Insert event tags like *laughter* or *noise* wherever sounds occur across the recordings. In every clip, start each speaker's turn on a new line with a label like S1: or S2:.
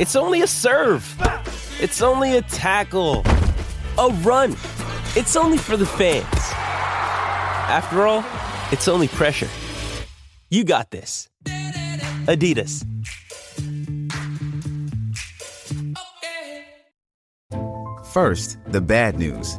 S1: It's only a serve. It's only a tackle, a run. It's only for the fans. After all, it's only pressure. You got this. Adidas.
S2: First, the bad news.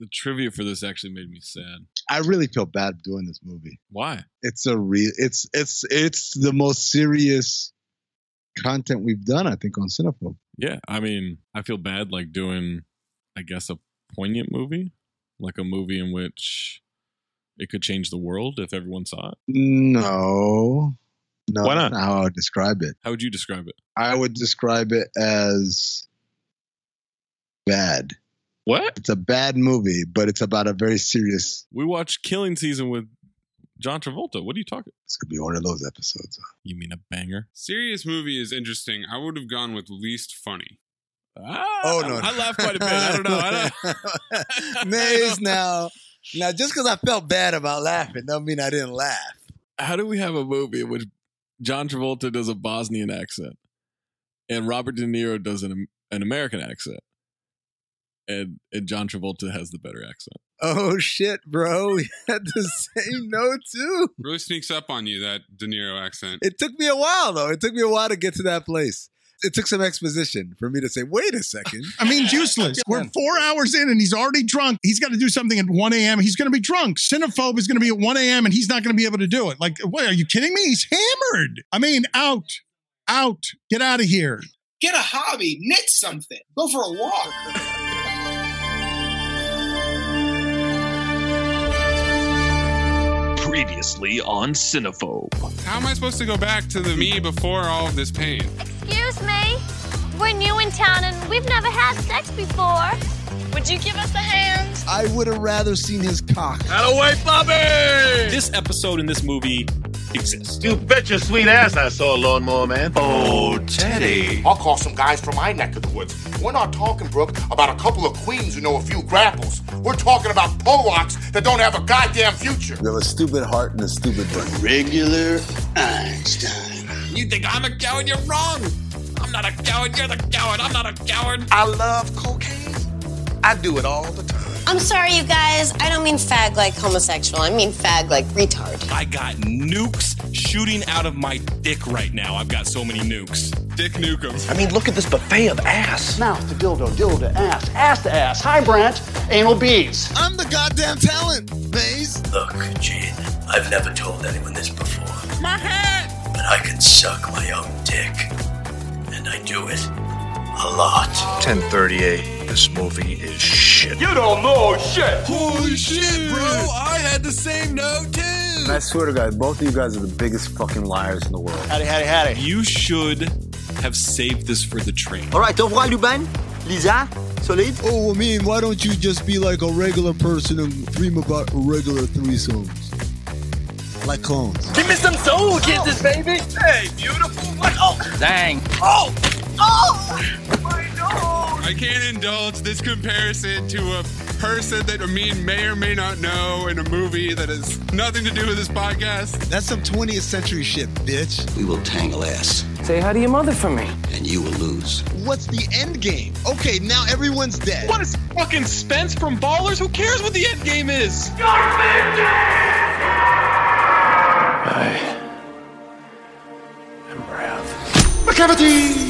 S3: The trivia for this actually made me sad.
S4: I really feel bad doing this movie.
S3: Why?
S4: It's a real. It's it's it's the most serious content we've done, I think, on Cinephobe.
S3: Yeah, I mean, I feel bad like doing, I guess, a poignant movie, like a movie in which it could change the world if everyone saw it.
S4: No, no,
S3: Why
S4: that's
S3: not?
S4: how I would describe it.
S3: How would you describe it?
S4: I would describe it as bad.
S3: What?
S4: It's a bad movie, but it's about a very serious.
S3: We watched Killing Season with John Travolta. What are you talking?
S4: This could be one of those episodes.
S3: You mean a banger?
S5: Serious movie is interesting. I would have gone with least funny.
S3: Ah,
S4: Oh no!
S3: I laughed quite a bit. I don't know. I *laughs* don't, *laughs*
S4: don't. *laughs* Maze now. Now, just because I felt bad about laughing, don't mean I didn't laugh.
S3: how do we have a movie in which John Travolta does a Bosnian accent and Robert De Niro does an an American accent, and and John Travolta has the better accent?
S4: Oh shit, bro. *laughs* We had the same note too.
S5: Really sneaks up on you that De Niro accent.
S4: It took me a while though. It took me a while to get to that place. It took some exposition for me to say, wait a second.
S6: I mean, juiceless. We're four hours in and he's already drunk. He's got to do something at 1 a.m. He's going to be drunk. Cinephobe is going to be at 1 a.m. and he's not going to be able to do it. Like, what? Are you kidding me? He's hammered. I mean, out, out, get out of here.
S7: get a hobby, knit something, go for a walk.
S8: Previously on Cinephobe.
S5: How am I supposed to go back to the me before all of this pain?
S9: Excuse me. We're new in town and we've never had sex before. Would you give us a hand?
S4: I would have rather seen his cock.
S8: Out of way, Bobby! This episode in this movie exists.
S10: You bet your sweet ass I saw a lawnmower man.
S8: Oh, Teddy.
S7: I'll call some guys from my neck of the woods. We're not talking, Brooke, about a couple of queens who know a few grapples. We're talking about Polacks that don't have a goddamn future.
S4: You have a stupid heart and a stupid brain.
S10: Regular Einstein.
S5: You think I'm a coward? You're wrong. I'm not a coward. You're the coward. I'm not a coward.
S10: I love cocaine. I do it all the time.
S9: I'm sorry, you guys. I don't mean fag like homosexual. I mean fag like retard.
S8: I got nukes shooting out of my dick right now. I've got so many nukes.
S5: Dick Nukem.
S10: I mean, look at this buffet of ass.
S7: Mouth to dildo, dildo to ass, ass to ass. Hi, Brent. Anal beads.
S4: I'm the goddamn talent, Maze.
S10: Look, Gene, I've never told anyone this before,
S5: My head.
S10: but I can suck my own dick. And I do it
S11: a lot. 1038. This movie is shit.
S5: You don't know shit.
S12: Holy shit, bro. I had the same note, too.
S13: And I swear to God, both of you guys are the biggest fucking liars in the world.
S8: Howdy, howdy, howdy. You should have saved this for the train.
S14: All right, au revoir, Lubin. Lisa, Solid.
S15: Oh, I mean, why don't you just be like a regular person and dream about regular threesomes? Like cones.
S5: Give me some soul kisses, baby. Hey, beautiful. Like, oh.
S8: Dang.
S5: Oh. Oh.
S3: I can't indulge this comparison to a person that Amin may or may not know in a movie that has nothing to do with this podcast.
S15: That's some 20th century shit, bitch.
S16: We will tangle ass,
S17: Say hi to your mother for me.
S16: and you will lose.
S15: What's the end game? Okay, now everyone's dead.
S18: What is fucking Spence from Ballers? Who cares what the end game is?
S10: McCavity!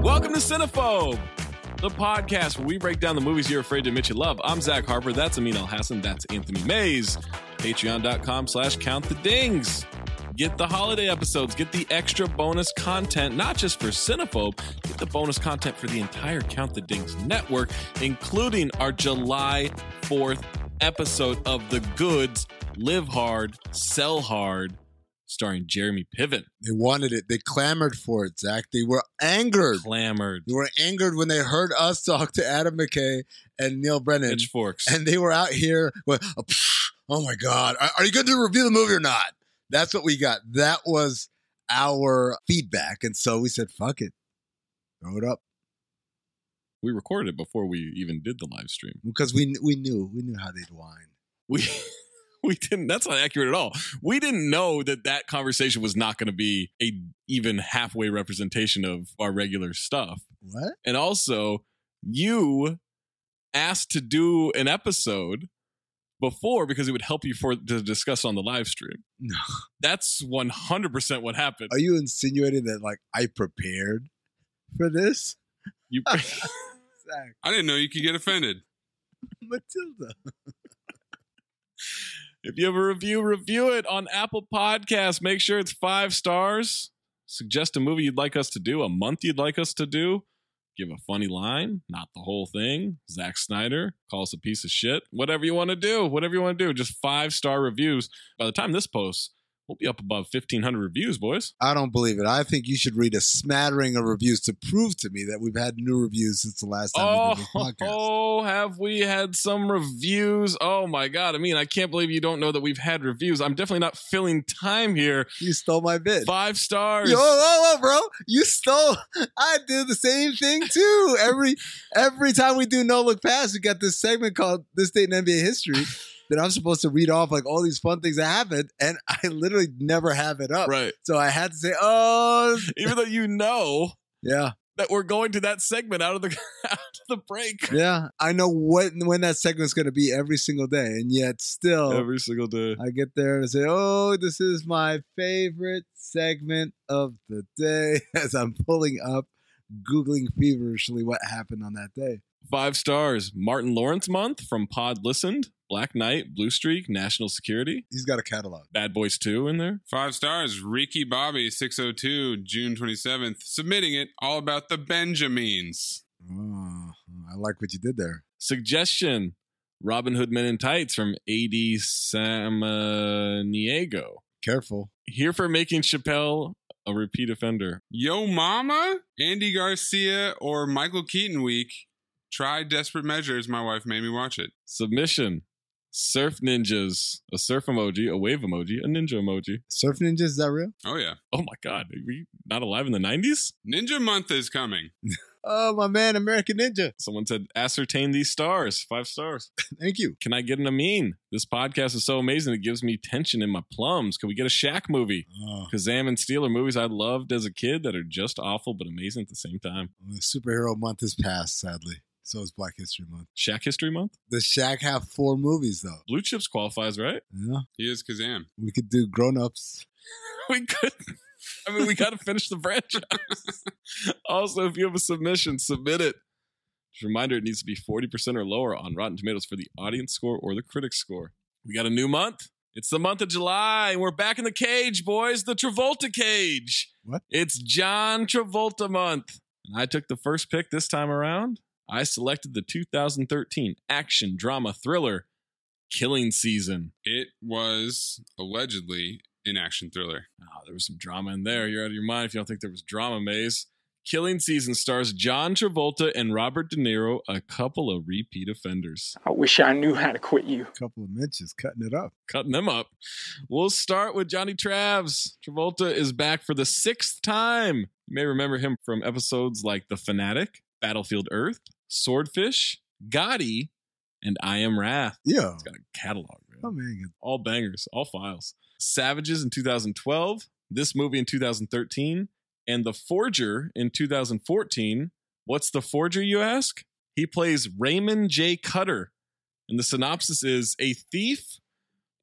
S6: Welcome to Cinephobe, the podcast where we break down the movies you're afraid to admit you love. I'm Zach Harper. That's Amin Al Hassan. That's Anthony Mays. Patreon.com slash count the dings. Get the holiday episodes. Get the extra bonus content, not just for Cinephobe. Get the bonus content for the entire Count the Dings network, including our July 4th episode of The Goods Live Hard, Sell Hard, starring Jeremy Piven.
S4: They wanted it. They clamored for it, Zach. They were angered.
S6: Clamored.
S4: They were angered when they heard us talk to Adam McKay and Neil Brennan.
S6: Pitchforks.
S4: *laughs* And they were out here with, oh, pff, oh my God, are, are you going to review the movie or not? That's what we got. That was our feedback. And so we said, fuck it. Throw it up.
S6: We recorded it before we even did the live stream.
S4: Because we, we knew. We knew how they'd whine.
S6: we *laughs* we didn't that's not accurate at all we didn't know that that conversation was not going to be a even halfway representation of our regular stuff
S4: What?
S6: and also you asked to do an episode before because it would help you for to discuss on the live stream
S4: No.
S6: that's 100% what happened
S4: Are you insinuating that, like, I prepared for this? *laughs*
S3: *laughs*
S6: you *laughs*
S4: Zach,
S3: I didn't know you could get offended.
S4: Matilda.
S6: If you have a review, review it on Apple Podcasts. Make sure it's five stars. Suggest a movie you'd like us to do, a month you'd like us to do. Give a funny line, not the whole thing. Zack Snyder, call us a piece of shit. Whatever you want to do, whatever you want to do. Just five star reviews. By the time this posts, we'll be up above 1,500 reviews, boys.
S4: I don't believe it. I think you should read a smattering of reviews to prove to me that we've had new reviews since the last time we did this
S6: Oh,
S4: podcast.
S6: have we had some reviews? Oh my god! I mean, I can't believe you don't know that we've had reviews. I'm definitely not filling time here.
S4: You stole my bit.
S6: Five stars.
S4: Yo, whoa, whoa, bro! You stole. *laughs* I do the same thing too. Every every time we do no look pass, we got this segment called "This Date in NBA History" that I'm supposed to read off like all these fun things that happened, and *laughs* I literally never have it up.
S6: Right.
S4: So I had to say, "Oh,
S6: Even though you know
S4: yeah,
S6: that we're going to that segment out of the *laughs* out of the break
S4: yeah." I know what when that segment's going to be every single day, and yet still
S6: every single day.
S4: I get there and I say, "Oh, this is my favorite segment of the day." *laughs* As I'm pulling up, googling feverishly what happened on that day.
S6: Five stars. Martin Lawrence month from Pod Listened, Black Knight, Blue Streak, National Security,
S4: He's got a catalog.
S6: Bad Boys Two in there.
S3: Five stars. Ricky Bobby, 602, June 27th. Submitting it all about the Benjamins.
S4: Oh, I like what you did there.
S6: Suggestion: Robin Hood Men in Tights from AD Samaniego.
S4: Careful.
S6: uh, Here for making Chappelle a repeat offender.
S3: Yo Mama, Andy Garcia, or Michael Keaton week. Try Desperate Measures. My wife made me watch it.
S6: Submission: Surf Ninjas, a surf emoji, a wave emoji, a ninja emoji.
S4: Surf Ninjas, is that real?
S3: Oh, yeah.
S6: Oh my God, are we not alive in the nineties?
S3: Ninja Month is coming.
S4: Oh, my man, American Ninja.
S6: Someone said, ascertain these stars. Five stars.
S4: Thank you.
S6: Can I get an Amin? This podcast is so amazing. It gives me tension in my plums. Can we get a Shaq movie?
S4: Oh,
S6: Kazam and Steel are movies I loved as a kid that are just awful but amazing at the same time.
S4: the superhero month has passed, sadly. So is Black History Month.
S6: Shaq History Month?
S4: Does Shaq have four movies though?
S6: Blue Chips qualifies, right?
S4: Yeah,
S3: He is Kazam.
S4: we could do Grown Ups.
S6: *laughs* We could. I mean, we got to finish the franchise. *laughs* also, if you have a submission, submit it. Just a reminder, it needs to be 40% or lower on Rotten Tomatoes for the audience score or the critic score. We got a new month. It's the month of July. We're back in the cage, boys. The Travolta cage.
S19: What?
S6: It's John Travolta month. And I took the first pick this time around. I selected the 2013 action drama thriller, Killing Season.
S3: It was allegedly an action thriller.
S6: Oh, there was some drama in there. You're out of your mind if you don't think there was drama, Maze. Killing Season stars John Travolta and Robert De Niro, a couple of repeat offenders.
S20: I wish I knew how to quit you.
S4: couple of mentions cutting it up.
S6: Cutting them up. We'll start with Johnny Travs. Travolta is back for the sixth time. You may remember him from episodes like The Fanatic, Battlefield Earth, Swordfish, Gotti, and I Am Wrath.
S4: Yeah.
S6: It's got a catalog, man.
S4: Oh, man.
S6: All bangers, all files. Savages in 2012, this movie in 2013, and The Forger in 2014. What's The Forger, you ask? He plays Raymond J. Cutter. And the synopsis is a thief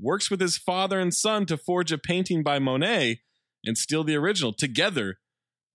S6: works with his father and son to forge a painting by Monet and steal the original. Together,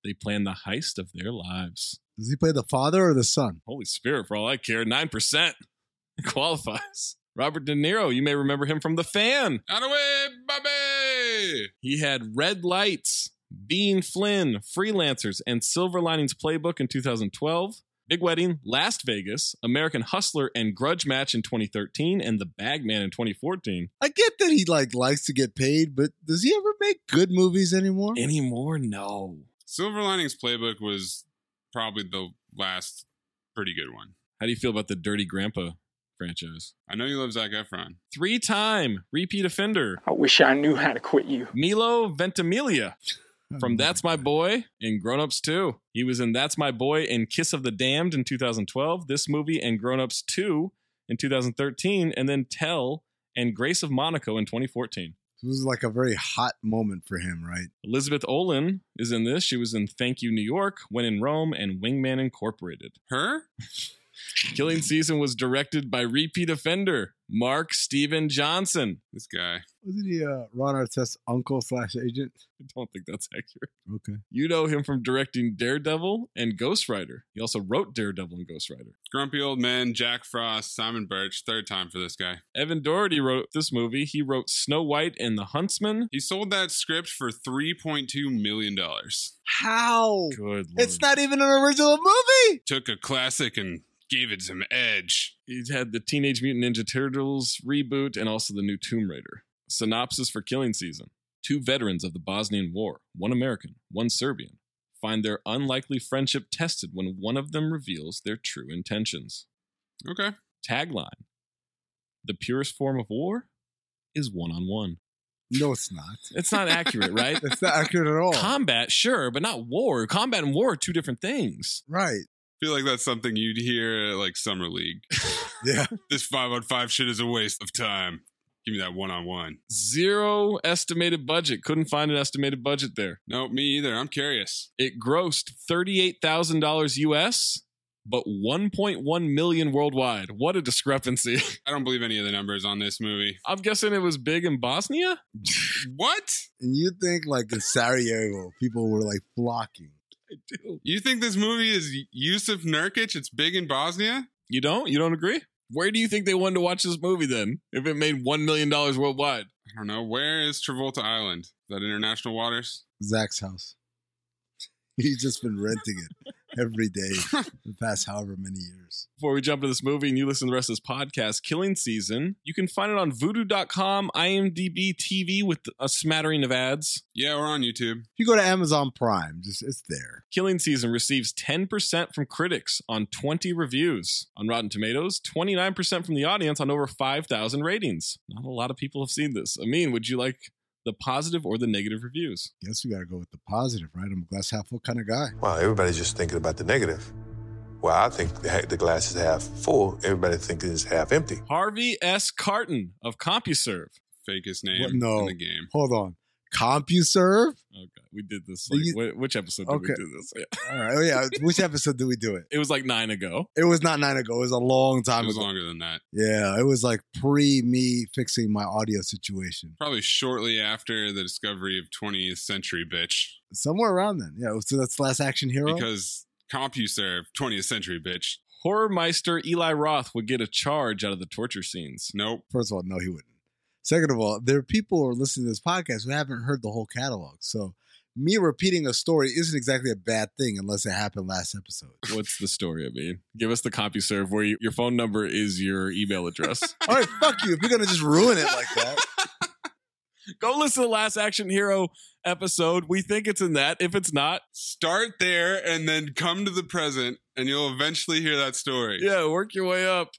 S6: they plan the heist of their lives.
S4: Does he play the father or the son?
S6: Holy Spirit, for all I care, 9% *laughs* qualifies. Robert De Niro, you may remember him from The Fan.
S3: Out of way, Bobby!
S6: He had Red Lights, Being Flynn, Freelancers, and Silver Linings Playbook in 2012, Big Wedding, Last Vegas, American Hustler, and Grudge Match in 2013, and The Bagman in 2014.
S4: I get that he like likes to get paid, but does he ever make good movies anymore?
S6: Anymore? No.
S3: Silver Linings Playbook was probably the last pretty good one.
S6: How do you feel about the Dirty Grandpa franchise?
S3: I know you love Zach Efron.
S6: Three time repeat offender,
S20: I wish I knew how to quit you.
S6: Milo Ventimiglia. From That's My Boy and Grown Ups 2. He was in That's My Boy and Kiss of the Damned in 2012, this movie and Grown Ups 2 in 2013, and then Tell and Grace of Monaco in 2014.
S4: This was like a very hot moment for him, right?
S6: Elizabeth Olin is in this. She was in Thank You New York, When in Rome, and Wingman Incorporated.
S3: Her?
S6: Killing Season was directed by repeat offender Mark Steven Johnson.
S3: This guy.
S4: Wasn't he uh, Ron Artest's uncle slash agent?
S6: I don't think that's accurate.
S4: Okay.
S6: You know him from directing Daredevil and Ghost Rider. He also wrote Daredevil and Ghost Rider.
S3: Grumpy Old Men, Jack Frost, Simon Birch. Third time for this guy.
S6: Evan Doherty wrote this movie. He wrote Snow White and the Huntsman.
S3: He sold that script for $3.2 million.
S4: How?
S6: Good lord.
S4: It's not even an original movie.
S3: Took a classic and gave it some edge.
S6: He's had the Teenage Mutant Ninja Turtles reboot and also the new Tomb Raider. Synopsis for Killing Season Two veterans of the Bosnian War, one American, one Serbian, find their unlikely friendship tested when one of them reveals their true intentions.
S3: Okay.
S6: Tagline The purest form of war is one on one.
S4: No, it's not.
S6: It's not accurate, right?
S4: It's not accurate at all.
S6: Combat, sure, but not war. Combat and war are two different things.
S4: right.
S3: feel like that's something you'd hear at like Summer
S6: *laughs*
S3: League.
S4: Yeah.
S3: this five on five shit is a waste of time. Give me that one on one.
S6: Zero estimated budget. Couldn't find an estimated budget there.
S3: No, me either. I'm curious.
S6: It grossed $38,000 US, but 1.1 million worldwide. What a discrepancy. *laughs*
S3: I don't believe any of the numbers on this movie.
S6: I'm guessing it was big in Bosnia?
S3: What?
S4: And you think like in Sarajevo, people were like flocking.
S6: I do.
S3: You think this movie is Yusuf Nurkic? It's big in Bosnia?
S6: You don't? You don't agree? Where do you think they wanted to watch this movie then if it made $1 million worldwide?
S3: I don't know. Where is Travolta Island? Is that international waters?
S4: Zach's house. *laughs* He's just been renting it every *laughs* day for the past however many years.
S6: Before we jump into this movie and you listen to the rest of this podcast, Killing Season, you can find it on voodoo.com, IMDb TV with a smattering of ads.
S3: Yeah, we're on YouTube.
S4: If you go to Amazon Prime, just it's there.
S6: Killing Season receives 10% from critics on 20 reviews on Rotten Tomatoes, 29% from the audience on over 5,000 ratings. Not a lot of people have seen this. Amin, would you like the positive or the negative reviews?
S4: Guess we gotta go with the positive, right? I'm a glass half full kind of guy.
S21: Well, everybody's just thinking about the negative. Well, I think the the glass is half full. Everybody thinks it's half empty.
S6: Harvey S. Carton of CompuServe.
S3: Fakest name
S4: What? No.
S3: in the game.
S4: Hold on. CompuServe?
S6: Okay. We did this. Like,
S4: You-
S6: wh- which episode did
S4: Okay.
S6: we do this? *laughs* Yeah.
S4: All right. Oh yeah. Which episode did we do it?
S6: It was like nine ago.
S4: It was not nine ago. It was a long time
S3: It was
S4: ago.
S3: longer than that.
S4: Yeah, it was like pre me fixing my audio situation.
S3: Probably shortly after the discovery of 20th century bitch.
S4: Somewhere around then. Yeah. So that's Last Action Hero.
S3: Because CompuServe, 20th century bitch.
S6: Horrormeister Eli Roth would get a charge out of the torture scenes.
S3: Nope.
S4: First of all, no, he wouldn't. Second of all, there are people who are listening to this podcast who haven't heard the whole catalog. So me repeating a story isn't exactly a bad thing unless it happened last episode.
S6: What's the story? I mean, give us the copy serve where you, your phone number is your
S4: *laughs*
S6: email address.
S4: All right, fuck you. If you're gonna just ruin it like that,
S6: Go listen to the Last Action Hero episode. We think it's in that. If it's not,
S3: Start there and then come to the present, and you'll eventually hear that story.
S6: yeah, work your way up.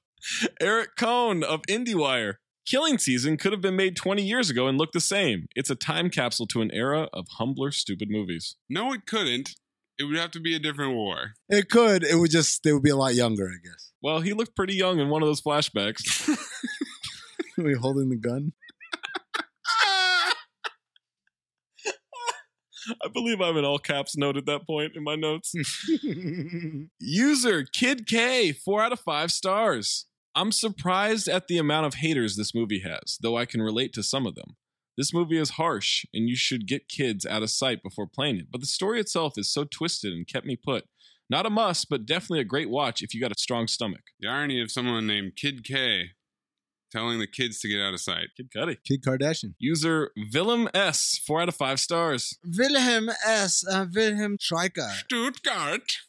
S6: Eric Cohn of IndieWire. Killing Season could have been made 20 years ago and looked the same. It's a time capsule to an era of humbler, stupid movies.
S3: No, it couldn't. It would have to be a different war.
S4: it could. It would just they would be a lot younger, I guess.
S6: Well, he looked pretty young in one of those flashbacks.
S4: Are we holding the gun?
S6: I believe I'm in all caps note at that point in
S4: *laughs*
S6: my notes. User Kid K, four out of five stars. I'm surprised at the amount of haters this movie has, though I can relate to some of them. This movie is harsh, and you should get kids out of sight before playing it, but the story itself is so twisted and kept me put. Not a must, but definitely a great watch if you got a strong stomach.
S3: The irony of someone named Kid K telling the kids to get out of sight.
S6: Kid Cudi.
S4: Kid Kardashian.
S6: User Willem S, four out of five stars.
S4: Wilhelm S. Uh, Wilhelm Schreiker.
S3: Stuttgart.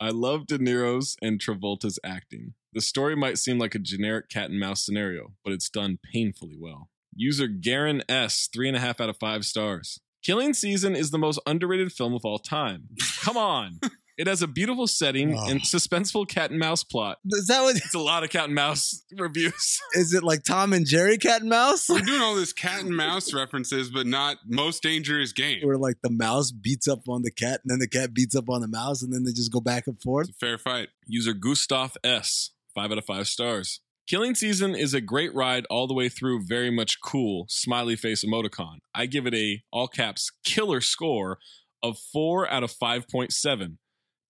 S6: I love De Niro's and Travolta's acting. The story might seem like a generic cat and mouse scenario, but it's done painfully well. User Garen S, three and a half out of five stars. Killing Season is the most underrated film of all time. Come on. It has a beautiful setting and suspenseful cat and mouse plot.
S4: Is that *laughs* what?
S6: It's a lot of cat and mouse *laughs* reviews.
S4: Is it like Tom and Jerry cat and mouse? *laughs*
S3: We're doing all this cat and
S6: *laughs*
S3: mouse references, but not most dangerous game.
S4: Where like the mouse beats up on the cat, and then the cat beats up on the mouse, and then they just go back and forth.
S3: Fair fight.
S6: User Gustav S, five out of five stars. Killing Season is a great ride all the way through, very much cool, smiley face emoticon. I give it a all caps killer score of four out of 5.7.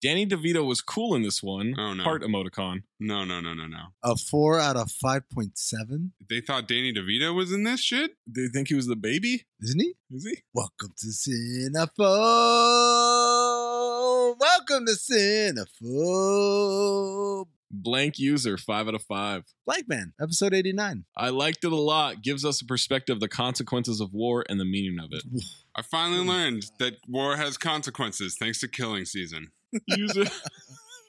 S6: Danny DeVito was cool in this one.
S3: Oh, no.
S6: Heart emoticon.
S3: No, no, no, no, no.
S4: A four out of five point seven,
S3: They thought Danny DeVito was in this shit?
S6: Do you think he was the baby?
S4: isn't he?
S6: Is he?
S4: Welcome to Cinephobe. Welcome to Cinephobe.
S6: Blank user, five out of five.
S4: Black Man, episode eighty nine.
S6: I liked it a lot. Gives us a perspective of the consequences of war and the meaning of it.
S3: I
S6: Oh
S3: finally learned that war has consequences thanks to killing season.
S6: user *laughs*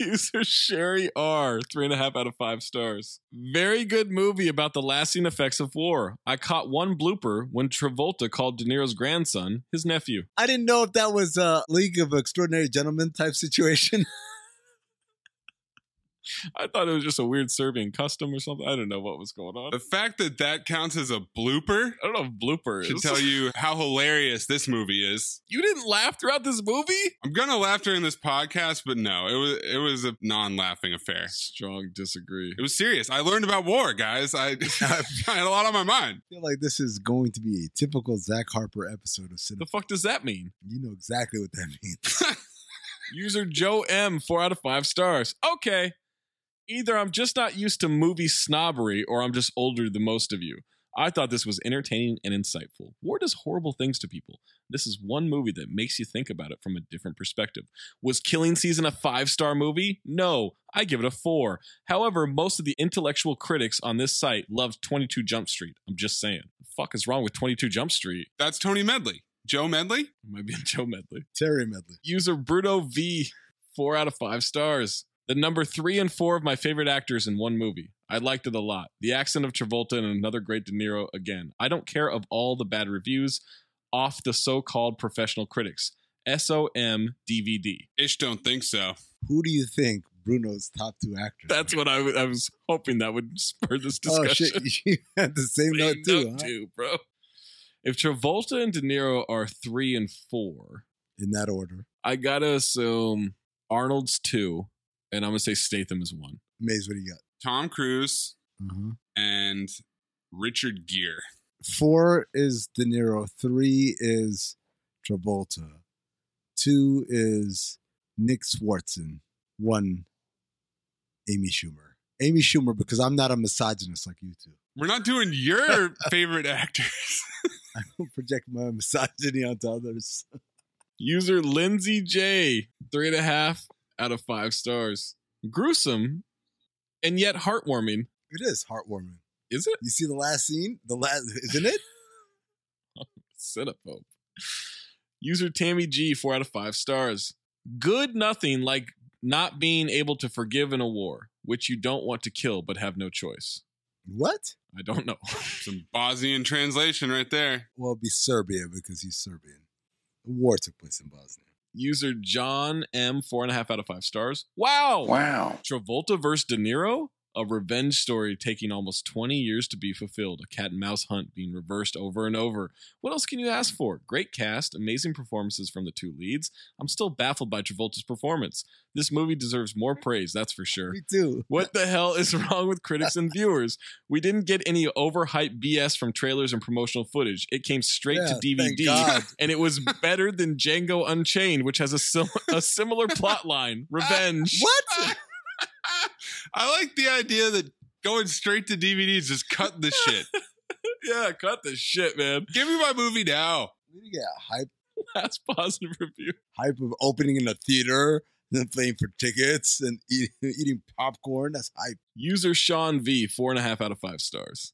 S6: user Sherry R, three and a half out of five stars. Very good movie about the lasting effects of war. I caught one blooper when Travolta called De Niro's grandson his nephew.
S4: I didn't know if that was a League of Extraordinary Gentlemen type situation.
S6: I thought it was just a weird Serbian custom or something. I don't know what was going on.
S3: The fact that that counts as a blooper
S6: I don't know if blooper
S3: should
S6: is.
S3: tell
S6: *laughs*
S3: you how hilarious this movie is.
S6: you didn't laugh throughout this movie?
S3: I'm gonna laugh during this podcast, but no, it was it was a non-laughing affair.
S6: Strong disagree.
S3: It was serious. I learned about war, guys. I, *laughs* I had a lot on my mind.
S4: I feel like this is going to be a typical Zach Harper episode of
S6: The
S4: Cinema.
S6: fuck does that mean?
S4: You know exactly what that *laughs* means.
S6: User Joe M, four out of five stars. Okay. Either I'm just not used to movie snobbery or I'm just older than most of you. I thought this was entertaining and insightful. War does horrible things to people. This is one movie that makes you think about it from a different perspective. Was Killing Season a five star movie? No, I give it a four. However, most of the intellectual critics on this site loved 22 Jump Street. I'm just saying. The fuck is wrong with 22 Jump Street?
S3: That's Tony Medley. Joe Medley?
S6: It might be a Joe Medley.
S4: Terry Medley.
S6: User Bruto V, four out of five stars. The number three and four of my favorite actors in one movie. I liked it a lot. The accent of Travolta and another great De Niro again. I don't care of all the bad reviews off the so called professional critics. SOM DVD.
S3: Ish don't think so.
S4: Who do you think Bruno's top two actors?
S6: That's what I w- I was hoping that would spur this
S4: oh
S6: discussion.
S4: shit, *laughs* you had the same, note
S6: Same
S4: too,
S6: note
S4: huh?
S6: too, bro. If Travolta and De Niro are three and four,
S4: in that order.
S6: I gotta assume Arnold's two, and I'm gonna say Statham is one.
S4: Maze, what do you
S3: Tom Cruise
S4: got? Uh-huh.
S3: and Richard Gere.
S4: Four is De Niro. Three is Travolta. Two is Nick Swartzen. One, Amy Schumer. Amy Schumer, because I'm not a misogynist like you two. *laughs*
S3: We're not doing
S6: *laughs*
S3: your favorite actors.
S4: I don't project my misogyny onto others. *laughs*
S6: User Lindsay J, three and a half out of five stars. Gruesome and yet heartwarming.
S4: It is heartwarming.
S6: Is it?
S4: You see the last scene? The last isn't it?
S6: Cinephobe. User Tammy G, four out of five stars. Good nothing like not being able to forgive in a war, which you don't want to kill but have no choice.
S4: What?
S6: I don't know. *laughs*
S3: Some Bosnian translation right there.
S4: Well, it'd be Serbia because he's Serbian. The war took place in Bosnia.
S6: User John M, four and a half out of five stars. Wow.
S16: Wow.
S6: Travolta versus De Niro? A revenge story taking almost 20 years to be fulfilled. A cat and mouse hunt being reversed over and over. What else can you ask for? Great cast, amazing performances from the two leads. I'm still baffled by Travolta's performance. This movie deserves more praise, that's for sure.
S4: Me too.
S6: What the hell is *laughs* wrong with critics and viewers? We didn't get any overhyped BS from trailers and promotional footage. It came straight
S4: Yeah,
S6: to
S4: thank God.
S6: DVD, and it was better than Django Unchained, which has a, sim- a similar
S3: *laughs*
S6: plot line. Revenge.
S4: *laughs* What?
S3: I like the idea that going straight to DVDs just cut the
S6: *laughs*
S3: shit.
S6: yeah, cut the shit, man.
S3: Give me my movie now.
S4: We didn't get hype
S6: *laughs* Last positive review.
S4: hype of opening in a theater and then playing for tickets and *laughs* eat, eating popcorn. That's hype.
S6: User Sean V, four and a half out of five stars.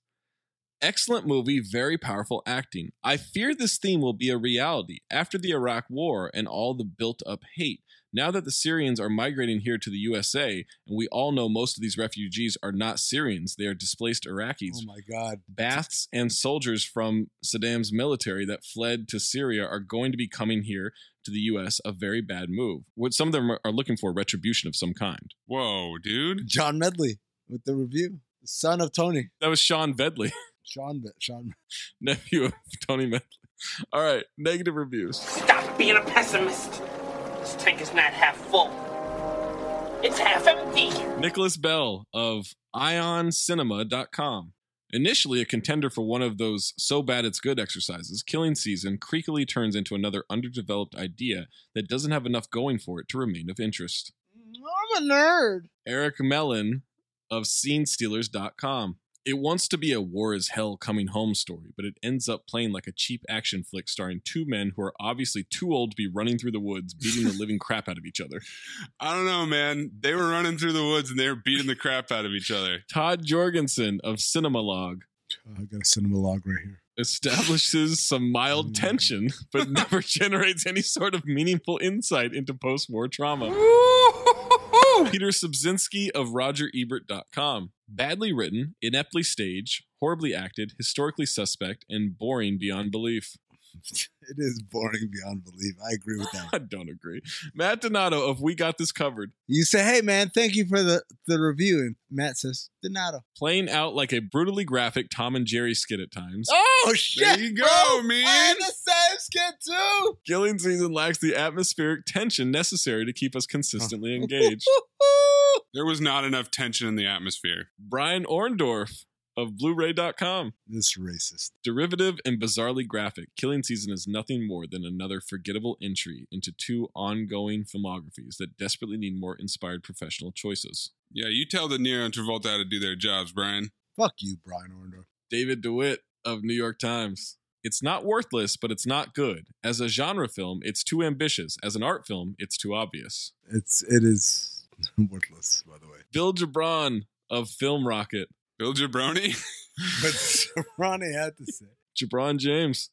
S6: Excellent movie, very powerful acting. I fear this theme will be a reality after the Iraq War and all the built up hate. Now that the Syrians are migrating here to the USA, and we all know most of these refugees are not Syrians, they are displaced Iraqis.
S4: Oh my god.
S6: Baths and soldiers from Saddam's military that fled to Syria are going to be coming here to the US. A very bad move. What some of them are- are looking for retribution of some kind.
S3: Whoa, dude.
S4: John Medley with the review. The son of Tony.
S6: That was Sean Vedley.
S4: Sean Med- Sean
S6: nephew of Tony Medley. All right, negative reviews.
S22: Stop being a pessimist. This tank is not half full. It's half empty.
S6: Nicholas Bell of ioncinema.com. Initially a contender for one of those so bad it's good exercises, Killing Season creakily turns into another underdeveloped idea that doesn't have enough going for it to remain of interest.
S4: I'm a nerd.
S6: Eric Mellon of scenestealers.com. It wants to be a war is hell coming home story, but it ends up playing like a cheap action flick starring two men who are obviously too old to be running through the
S3: *laughs*
S6: woods beating the living crap out of each other.
S3: I don't know, man. They were running through the woods and they were beating the crap out of each other.
S6: Todd Jorgensen of Cinemalog
S4: *laughs* I got a cinema log right here. *laughs*
S6: establishes some mild tension, but never generates any sort of meaningful insight into post war trauma. Peter Subzinski of RogerEbert.com. Badly written, ineptly staged, horribly acted, historically suspect, and boring beyond belief. *laughs*
S4: It is boring beyond belief. I agree with that.
S6: I don't agree. Matt Donato of We Got This Covered.
S4: You say, hey man, thank you for the, the review. And Matt says, Donato.
S6: Playing out like a brutally graphic Tom and Jerry skit at times.
S4: Oh shit.
S3: There you go,
S4: bro.
S3: Oh, man.
S4: I had the same skit too.
S6: Killing Season lacks the atmospheric tension necessary to keep
S4: *laughs*
S6: us consistently engaged.
S3: There was not enough tension in the atmosphere.
S6: Brian Orndorff of Blu-ray.com.
S4: This racist.
S6: Derivative and bizarrely graphic, Killing Season is nothing more than another forgettable entry into two ongoing filmographies that desperately need more inspired professional choices.
S3: Yeah, you tell the Nero and Travolta how to do their jobs, Brian.
S4: Fuck you, Brian Orndorff.
S6: David DeWitt of New York Times. It's not worthless, but it's not good. As a genre film, it's too ambitious. As an art film, it's too obvious.
S4: It's it is *laughs* worthless, by the way.
S6: Bill Gibran of Film Rocket.
S3: Bill Jabroni? *laughs*
S6: *laughs*
S4: But Ronnie had to say.
S6: Gibran James.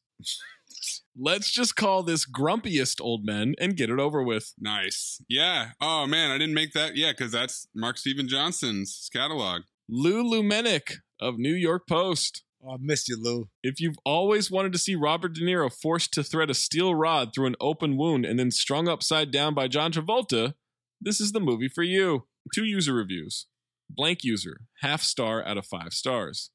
S6: Let's just call this grumpiest old men and get it over with.
S3: nice. Yeah. Oh, man. I didn't make that. Yeah, because that's Mark Steven Johnson's catalog.
S6: *laughs* Lou Lumenick of New York Post.
S4: Oh, I missed you, Lou.
S6: If you've always wanted to see Robert De Niro forced to thread a steel rod through an open wound and then strung upside down by John Travolta, this is the movie for you. Two user reviews. Blank user, half star out of five stars.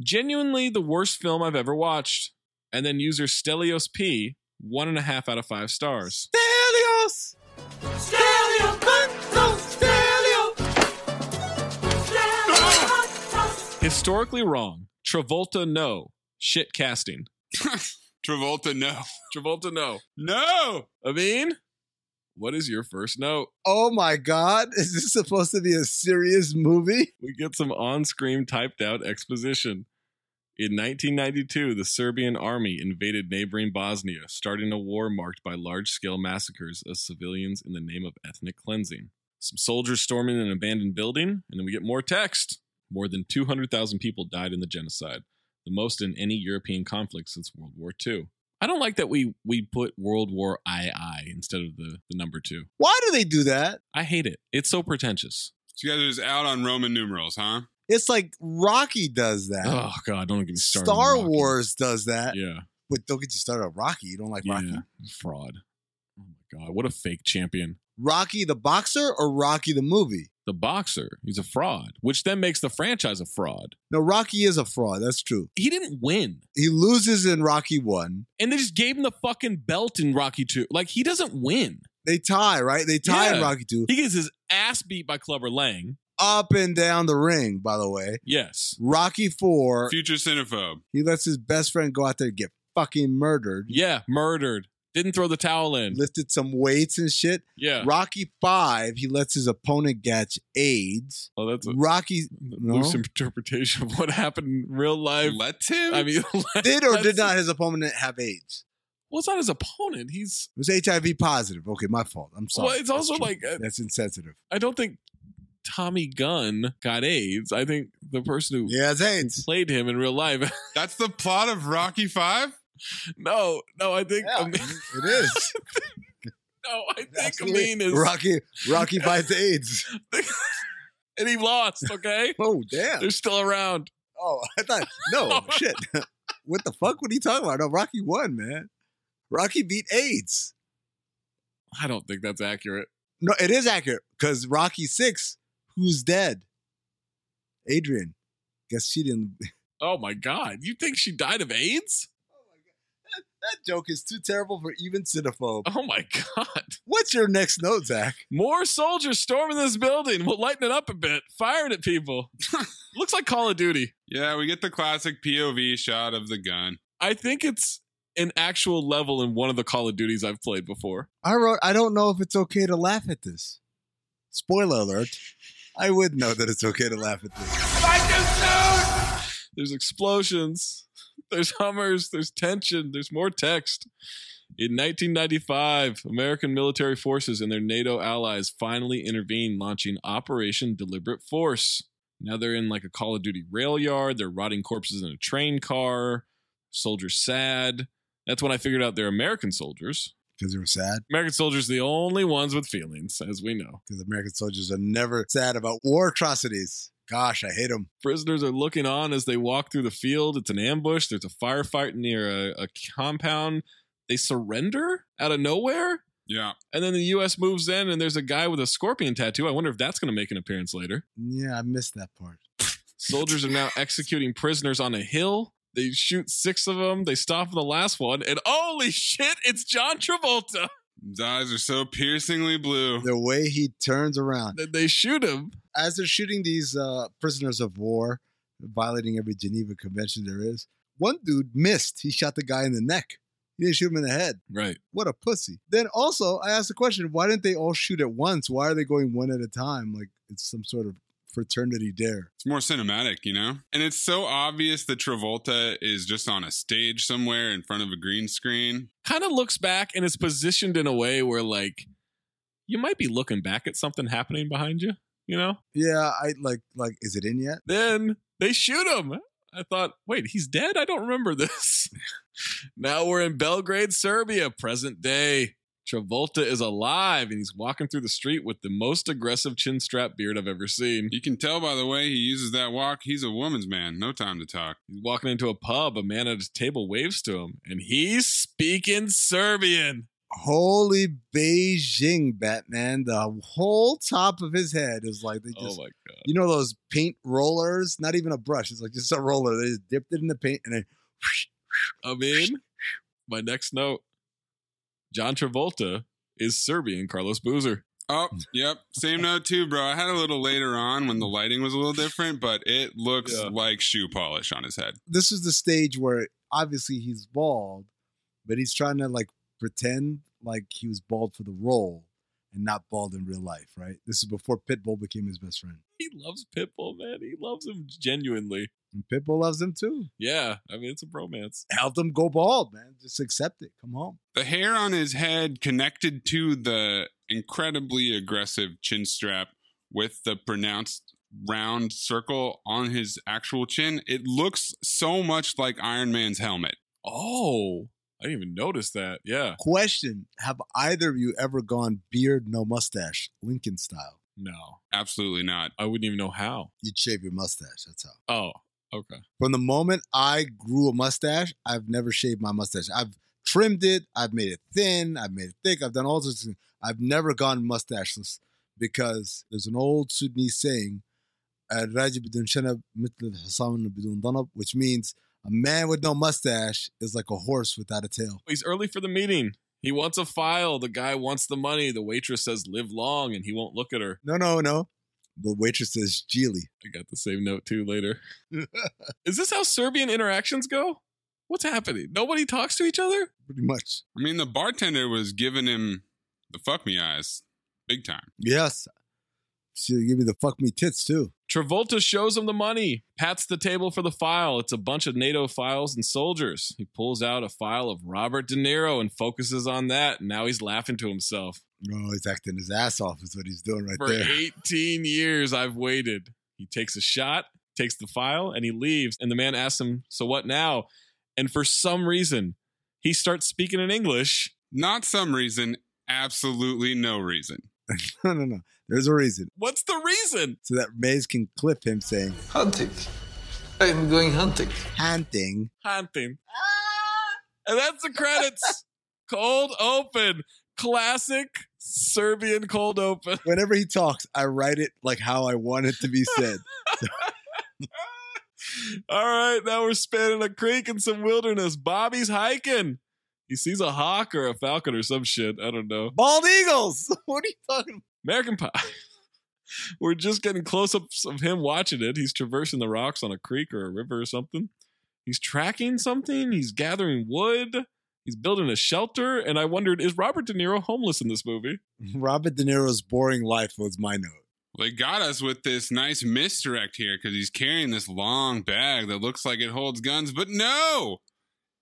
S6: Genuinely the worst film I've ever watched. And then user Stelios P, one and a half out of five stars.
S4: Stelios!
S5: Stereo, stereo, stereo.
S6: Historically wrong. Travolta, no. Shit casting.
S3: Travolta, no.
S6: Travolta, no.
S3: No.
S6: I mean, what is your first note?
S4: Oh my God. Is this supposed to be a serious movie?
S6: We get some on screen typed out exposition. In 1992, the Serbian army invaded neighboring Bosnia, starting a war marked by large scale massacres of civilians in the name of ethnic cleansing. Some soldiers storming an abandoned building, and then we get more text. More than 200,000 people died in the genocide, the most in any European conflict since World War II. I don't like that we, we put World War II instead of the, the number two.
S4: Why do they do that?
S6: I hate it. It's so pretentious.
S3: So you guys are just out on Roman numerals, huh?
S4: It's like Rocky does that.
S6: Oh, God, don't get me started. on
S4: Star
S6: Rocky.
S4: Wars does that.
S6: Yeah.
S4: But don't get you started on Rocky. You don't like Uh, Rocky?
S6: Yeah, fraud. Oh my god, what a fake champion.
S4: Rocky the boxer or Rocky the movie?
S6: The boxer, he's a fraud, which then makes the franchise a fraud.
S4: No, Rocky is a fraud. That's true.
S6: He didn't win.
S4: He loses in Rocky 1.
S6: And they just gave him the fucking belt in Rocky 2. Like he doesn't win.
S4: They tie, right? They tie in
S6: Yeah.
S4: Rocky 2.
S6: He gets his ass beat by Clubber Lang.
S4: Up and down the ring, by the way.
S6: Yes.
S4: Rocky 4,
S3: Future Cinephobe.
S4: he lets his best friend go out there and get fucking murdered.
S6: Yeah, murdered. Didn't throw the towel in.
S4: Lifted some weights and shit.
S6: Yeah.
S4: Rocky 5, he lets his opponent catch AIDS.
S6: Oh, that's a
S4: Rocky no?
S6: loose interpretation of what happened in real life.
S3: Let him.
S6: I mean,
S4: *laughs*
S6: *laughs*
S4: did or
S6: let's-
S4: did not his opponent have AIDS?
S6: Well, it's not his opponent. He's.
S4: It was HIV positive. Okay, my fault. I'm sorry.
S6: Well, it's also
S4: That's true.
S6: like, uh,
S4: that's insensitive.
S6: I don't think Tommy Gunn got AIDS. I think the person who
S4: Yeah, it's AIDS.
S6: *laughs* played him in real life. *laughs*
S3: That's the plot of Rocky Five.
S6: no, no, I think.
S4: Yeah,
S6: Amin-
S4: it
S6: *laughs*
S4: is.
S6: no, I think
S4: Absolutely.
S6: Amin is.
S4: Rocky
S6: *laughs*
S4: Rocky fights AIDS.
S6: And he lost,
S3: *laughs*
S6: okay?
S4: Oh damn!
S6: They're still around.
S4: Oh, *laughs* I thought no shit. *laughs* What the fuck? What are you talking about? No, Rocky won, man. Rocky beat AIDS.
S6: I don't think that's accurate.
S4: No, it is accurate because Rocky six, who's dead? Adrian. Guess she didn't. *laughs*
S6: Oh my God. You think she died of AIDS?
S4: That joke is too terrible for even cinephobe.
S6: Oh my *laughs* God.
S4: What's your next note, Zach?
S6: More soldiers storming this building. We'll lighten it up a bit. Firing at people. Looks like Call of Duty.
S3: Yeah, we get the classic POV shot of the gun.
S6: I think it's an actual level in one of the Call of Duties I've played before.
S4: I wrote. I don't know if it's okay to laugh at this. Spoiler alert. I would know that it's okay to laugh at this.
S6: There's explosions, *laughs* there's hummers, there's tension, there's more text. In 1995, American military forces and their NATO allies finally intervened, launching Operation Deliberate Force. Now they're in like a Call of Duty rail yard, they're rotting corpses in a train car, soldiers sad. That's when I figured out they're American soldiers.
S4: Because they were sad.
S6: American soldiers are the only ones with feelings, as we know.
S4: Because American soldiers are never sad about war atrocities. Gosh, I hate them.
S6: prisoners are looking on as they walk through the field. It's an ambush. There's a firefight near a, a compound. They surrender out of nowhere.
S3: Yeah.
S6: And then the U.S. moves in, and there's a guy with a scorpion tattoo. I wonder if that's going to make an appearance later.
S4: Yeah, I missed that part.
S6: Soldiers are now executing prisoners on a hill. They shoot six of them. They stop the last one, and holy shit, it's John Travolta.
S3: His eyes are so piercingly blue.
S4: The way he turns around
S6: Then they shoot him.
S4: as they're shooting these uh, prisoners of war, violating every Geneva Convention there is. One dude missed. He shot the guy in the neck. He didn't shoot him in the head.
S6: Right.
S4: What a pussy. Then also, I asked the question: Why didn't they all shoot at once? Why are they going one at a time? Like it's some sort of fraternity dare.
S3: It's more cinematic, you know? And it's so obvious that Travolta is just on a stage somewhere in front of a green screen.
S6: Kind of looks back and is positioned in a way where, like, you might be looking back at something happening behind you. You know.
S4: Yeah, I like like. Is it in yet?
S6: then they shoot him. I thought, wait, he's dead? I don't remember this. *laughs* now we're in Belgrade, Serbia, present day. Travolta is alive and he's walking through the street with the most aggressive chin strap beard I've ever seen.
S3: You can tell by the way he uses that walk, he's a woman's man. No time to talk.
S6: He's walking into a pub, a man at a table waves to him, and he's speaking Serbian.
S4: Holy Beijing, Batman! The whole top of his head is like they
S6: Oh
S4: just.
S6: my god.
S4: you know those paint rollers? Not even a brush. It's like just a roller. They just dipped it in the paint and then
S6: I mean, my next note John Travolta is Serbian Carlos Boozer.
S3: Oh,
S6: Hmm.
S3: yep. Same note too, bro. I had a little later on when the lighting was a little different, but it looks
S6: Yeah.
S3: like shoe polish on his head.
S4: this is the stage where obviously he's bald, but he's trying to like pretend like he was bald for the role and not bald in real life, right? This is before Pitbull became his best friend.
S6: He loves Pitbull, man. He loves him genuinely.
S4: And Pitbull loves him too.
S6: Yeah, I mean it's a bromance.
S4: Help him go bald, man. Just accept it. Come home.
S3: The hair on his head connected to the incredibly aggressive chin strap with the pronounced round circle on his actual chin. It looks so much like Iron Man's helmet.
S6: Oh, I didn't even notice that. Yeah.
S4: Question Have either of you ever gone beard, no mustache, Lincoln style?
S6: No,
S3: absolutely not.
S6: I wouldn't even know how.
S4: You'd shave your mustache. That's how.
S6: Oh, okay.
S4: From the moment I grew a mustache, I've never shaved my mustache. I've trimmed it, I've made it thin, I've made it thick, I've done all sorts of things. I've never gone mustacheless because there's an old Sudanese saying, الراجل بدون شنب مثل الحصان بدون ضنب, which means a man with no mustache is like a horse without a tail.
S6: He's early for the meeting. He wants a file. The guy wants the money. The waitress says, live long, and he won't look at her.
S4: No, no, no. The waitress says, Geely.
S6: I got the same note too later. is this how Serbian interactions go? What's happening? Nobody talks to each other?
S4: Pretty much.
S3: I mean, the bartender was giving him the fuck me eyes big time.
S4: Yes. She'll give me the fuck me tits too.
S6: Travolta shows him the money, pats the table for the file. It's a bunch of NATO files and soldiers. He pulls out a file of Robert De Niro and focuses on that. And now he's laughing to himself.
S4: Oh, he's acting his ass off, is what he's doing right
S6: For
S4: there.
S6: 18 years, I've waited. He takes a shot, takes the file, and he leaves. And the man asks him, So what now? And for some reason, he starts speaking in English.
S3: Not some reason, absolutely no reason.
S4: *laughs* no, no, no. There's a reason.
S6: What's the reason?
S4: So that Maze can clip him saying,
S1: Hunting. I'm going hunting.
S4: Hunting.
S6: Hunting. And that's the credits. cold open. Classic Serbian cold open.
S4: Whenever he talks, I write it like how I want it
S1: *laughs*
S4: to be said.
S6: All right, now we're spanning a creek and some wilderness. Bobby's hiking. He sees a hawk or a falcon or some shit. I don't know.
S4: Bald eagles. *laughs* What are you talking about?
S6: American Pie. *laughs* We're just getting close ups of him watching it. He's traversing the rocks on a creek or a river or something. He's tracking something. He's gathering wood. He's building a shelter. And I wondered is Robert De Niro homeless in this movie?
S4: Robert De Niro's boring life was my note.
S3: They got us with this nice misdirect here because he's carrying this long bag that looks like it holds guns, but no!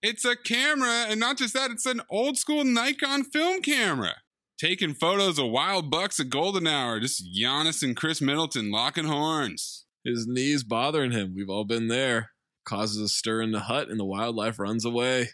S3: It's a camera, and not just that, it's an old school Nikon film camera. Taking photos of wild bucks at golden hour, just Giannis and Chris Middleton locking horns.
S6: His knees bothering him. We've all been there. Causes a stir in the hut, and the wildlife runs away.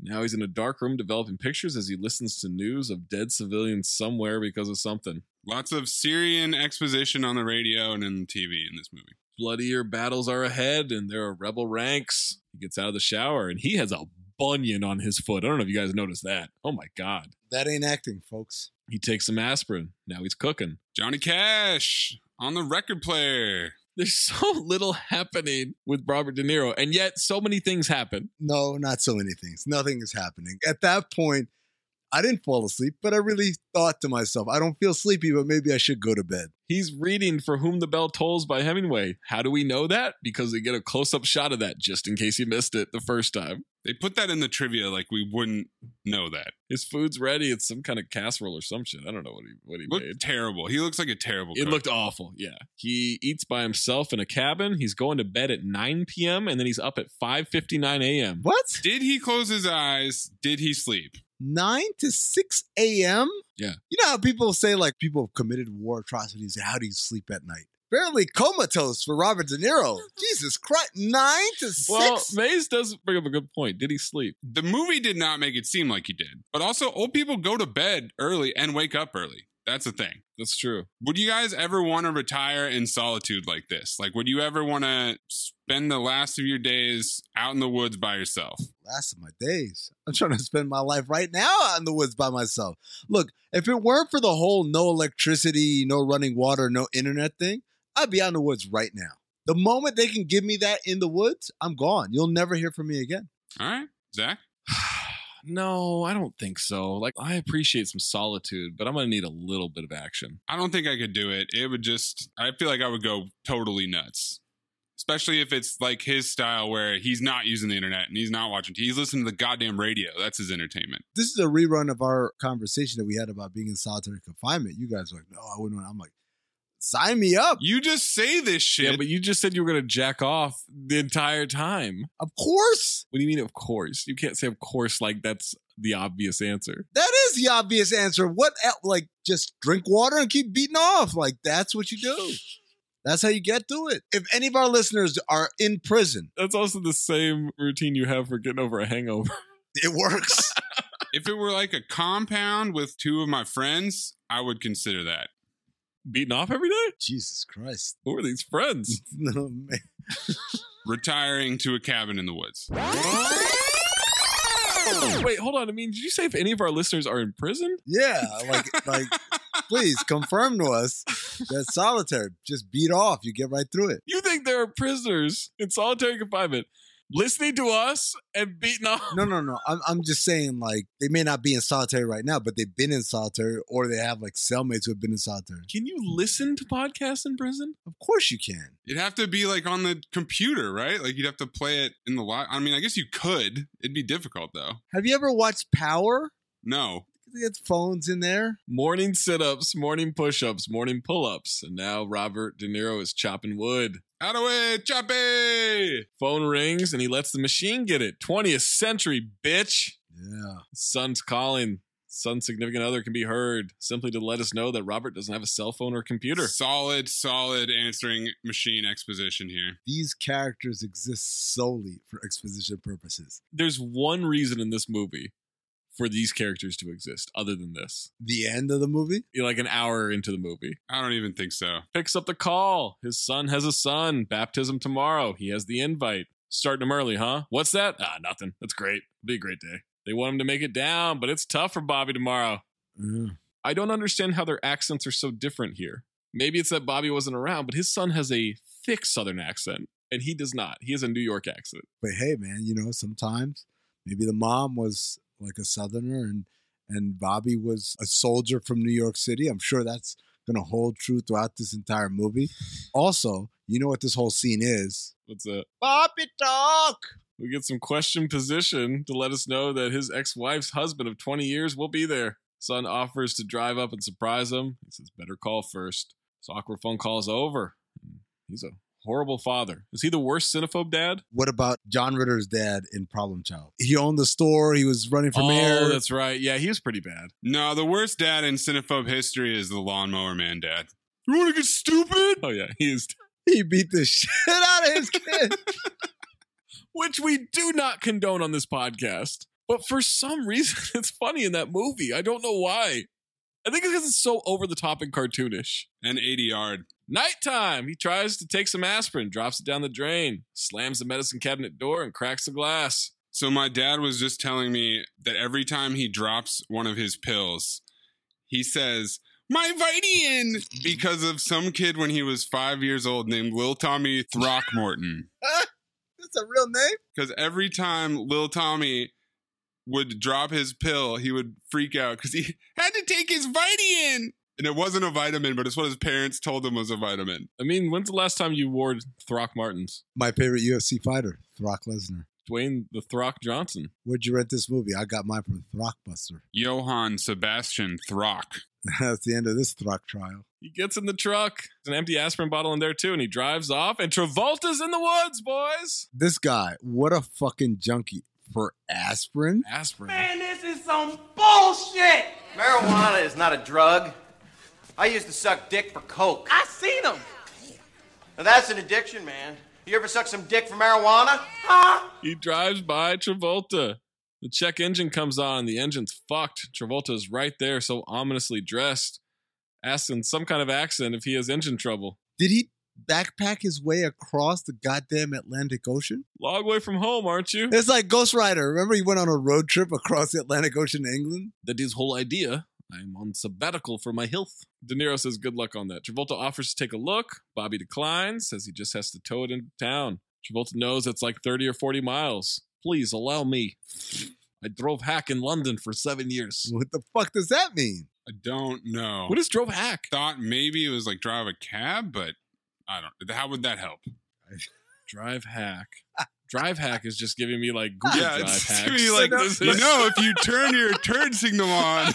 S6: Now he's in a dark room developing pictures as he listens to news of dead civilians somewhere because of something.
S3: Lots of Syrian exposition on the radio and in the TV in this movie.
S6: bloodier battles are ahead and there are rebel ranks. He gets out of the shower and he has a bunion on his foot. I don't know if you guys noticed that. Oh my God.
S4: That ain't acting, folks.
S6: He takes some aspirin. Now he's cooking.
S3: Johnny Cash on the record player.
S6: There's *laughs* so little happening with Robert De Niro, and yet so many things happen.
S4: No, not so many things. Nothing is happening. At that point, I didn't fall asleep, but I really thought to myself, I don't feel sleepy, but maybe I should go to bed.
S6: He's reading For Whom the Bell Tolls by Hemingway. How do we know that? Because they get a close up shot of that just in case you missed it the first time.
S3: They put that in the trivia like we wouldn't know that.
S6: His food's ready. It's some kind of casserole or some shit. I don't know what he what he
S3: Looked
S6: made.
S3: terrible. He looks like a terrible
S6: It
S3: cook.
S6: looked awful. Yeah. He eats by himself in a cabin. He's going to bed at 9 p.m. and then he's up at 5:59 a.m.
S4: What?
S3: Did he close his eyes? Did he sleep?
S4: 9 to 6 a.m.?
S6: Yeah.
S4: You know how people say, like, people have committed war atrocities. How do you sleep at night? Barely comatose for Robert De
S6: *laughs*
S4: Niro. Jesus Christ. 9 to 6?
S6: Well, Maze does bring up a good point. Did he sleep?
S3: The movie did not make it seem like he did. But also, old people go to bed early and wake up early. That's the thing.
S6: That's true.
S3: Would you guys ever want to retire in solitude like this? Like, would you ever want to spend the last of your days out in the woods by yourself?
S4: last of my days. I'm trying to spend my life right now out in the woods by myself. Look, if it weren't for the whole no electricity, no running water, no internet thing, I'd be out in the woods right now. The moment they can give me that in the woods, I'm gone. You'll never hear from me again.
S3: All right, Zach.
S6: No, I don't think so. Like I appreciate some solitude, but I'm going to need a little bit of action.
S3: I don't think I could do it. It would just, I feel like I would go totally nuts. especially if it's like his style where he's not using the internet and he's not watching. He's listening to the goddamn radio. That's his entertainment.
S4: This is a rerun of our conversation that we had about being in solitary confinement. You guys are like, no, I wouldn't. want-" I'm like, sign me up.
S3: You just say this shit.
S6: Yeah, but you just said you were going to jack off the entire time.
S4: Of course.
S6: What do you mean, of course? You can't say, of course, like that's the obvious answer.
S4: That is the obvious answer. What, el- like, just drink water and keep beating off. Like, that's what you do. That's how you get through it. If any of our listeners are in prison,
S6: That's also the same routine you have for getting over a hangover.
S4: *laughs* it works.
S3: if it were like a compound with two of my friends, I would consider that.
S6: *laughs* Beating off every day?
S4: Jesus Christ.
S6: Who are these friends?
S4: *laughs* No,
S6: *laughs*
S4: man.
S3: Retiring to a cabin in the
S4: *laughs*
S3: woods.
S6: Wait, hold on. I mean, did you say if any of our listeners are in prison?
S4: Yeah, like like please confirm to us that solitary just beat off, you get right through it.
S6: You think there are prisoners in solitary confinement listening to us and beating off?
S4: No, no, no. I'm I'm just saying like they may not be in solitary right now, but they've been in solitary or they have like cellmates who have been in solitary.
S6: Can you listen to podcasts in prison?
S4: Of course you can.
S3: It'd have to be like on the computer, right? Like you'd have to play it in the live. I mean, I guess you could. It'd be difficult though.
S4: Have you ever watched Power?
S3: No.
S4: They had phones in there.
S6: Morning sit ups, morning push ups, morning pull ups. And now Robert De Niro is chopping wood.
S3: Out of it, choppy!
S6: Phone rings and he lets the machine get it. 20th century, bitch.
S4: Yeah.
S6: Son's calling. Son's significant other can be heard simply to let us know that Robert doesn't have a cell phone or computer.
S3: Solid, solid answering machine exposition here.
S4: These characters exist solely for exposition purposes.
S6: There's one reason in this movie for these characters to exist other than this.
S4: The end of the movie?
S6: You're like an hour into the movie.
S3: I don't even think so.
S6: Picks up the call. His son has a son. Baptism tomorrow. He has the invite. Starting him early, huh? What's that? Ah, nothing. That's great. Be a great day. They want him to make it down, but it's tough for Bobby tomorrow. I don't understand how their accents are so different here. Maybe it's that Bobby wasn't around, but his son has a thick Southern accent, and he does not. He has a New York accent.
S4: But hey, man, you know, sometimes maybe the mom was like a southerner and and Bobby was a soldier from New York City. I'm sure that's going to hold true throughout this entire movie. Also, you know what this whole scene is?
S6: What's that?
S4: Bobby talk.
S6: We get some question position to let us know that his ex wife's husband of 20 years will be there. Son offers to drive up and surprise him. He says, better call first. This awkward phone call's over. He's a horrible father. Is he the worst cinephobe dad?
S4: What about John Ritter's dad in Problem Child? He owned the store. He was running for
S6: oh,
S4: mayor.
S6: that's right. Yeah, he was pretty bad.
S3: uh, No, the worst dad in cinephobe history is the lawnmower man dad. You want to get stupid?
S6: Oh, yeah, he is.
S4: *laughs* He beat the shit out of his kid.
S6: *laughs* Which we do not condone on this podcast. But for some reason, *laughs* it's funny in that movie. I don't know why. I think it's because it's so over the top and cartoonish.
S3: An 80 yard.
S6: Nighttime, he tries to take some aspirin, drops it down the drain, slams the medicine cabinet door, and cracks the glass.
S3: So my dad was just telling me that every time he drops one of his pills, he says, My Vitian! Because of some kid when he was five years old named Lil Tommy Throckmorton.
S4: that's a real name.
S3: Because every time Lil Tommy would drop his pill, he would freak out because he *laughs* had to take his Vitian. And it wasn't a vitamin, but it's what his parents told him was a vitamin.
S6: I mean, when's the last time you wore Throckmortons?
S4: My favorite UFC fighter, Throck Lesnar.
S6: Dwayne the Throck Johnson.
S4: Where'd you rent this movie? I got mine from Throckbuster. *laughs*
S3: Johann Sebastian Throck.
S4: That's the end of this Throck trial.
S6: He gets in the truck, there's an empty aspirin bottle in there too, and he drives off. And Travolta's in the woods, boys.
S4: This guy, what a fucking junkie for aspirin.
S6: Aspirin.
S22: Man, this is some bullshit.
S2: Marijuana is not a drug. I used to suck dick for coke.
S22: I seen him.
S2: Now that's an addiction, man. You ever suck some dick for marijuana?
S22: Huh?
S6: He drives by Travolta. The check engine comes on, and the engine's fucked. Travolta's right there, so ominously dressed. Asks in some kind of accent if he has engine trouble.
S4: Did he backpack his way across the goddamn Atlantic Ocean?
S6: Long way from home, aren't you?
S4: It's like Ghost Rider. Remember, he went on a road trip across the Atlantic Ocean to England?
S6: that his whole idea. I'm on sabbatical for my health. De Niro says good luck on that. Travolta offers to take a look. Bobby declines, says he just has to tow it into town. Travolta knows it's like 30 or 40 miles. Please allow me. I drove hack in London for seven years.
S4: What the fuck does that mean?
S3: I don't know.
S6: What is drove hack?
S3: thought maybe it was like drive a cab, but I don't. How would that help?
S6: drive hack. Drive hack is just giving me like Google
S3: yeah,
S6: Drive
S3: it's
S6: hacks.
S3: gonna be *laughs* like this. You know, if you turn your turn signal on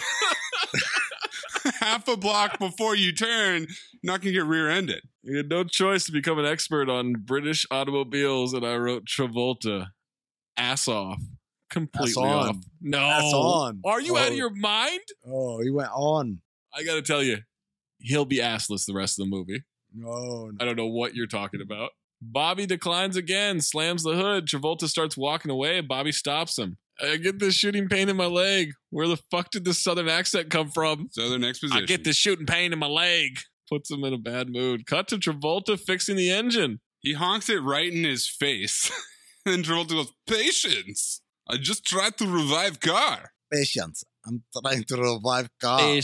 S6: *laughs*
S3: half a block before you turn, not gonna get rear-ended.
S6: You had no choice to become an expert on British automobiles, and I wrote Travolta ass off, completely
S4: That's on.
S6: off. No,
S4: That's on.
S6: Are you out
S4: Oh.
S6: of your mind?
S4: Oh, he went on.
S6: I gotta tell you, he'll be assless the rest of the movie.
S4: Oh, No,
S6: I don't know what you're talking about. Bobby declines again, slams the hood. Travolta starts walking away, and Bobby stops him. I get this shooting pain in my leg. Where the fuck did this southern accent come from?
S3: Southern exposition.
S6: I get this shooting pain in my leg. Puts him in a bad mood. Cut to Travolta fixing the engine.
S3: He honks it right in his face. *laughs* and Travolta goes, Patience! I just tried to revive car.
S4: patience. I'm trying to revive God.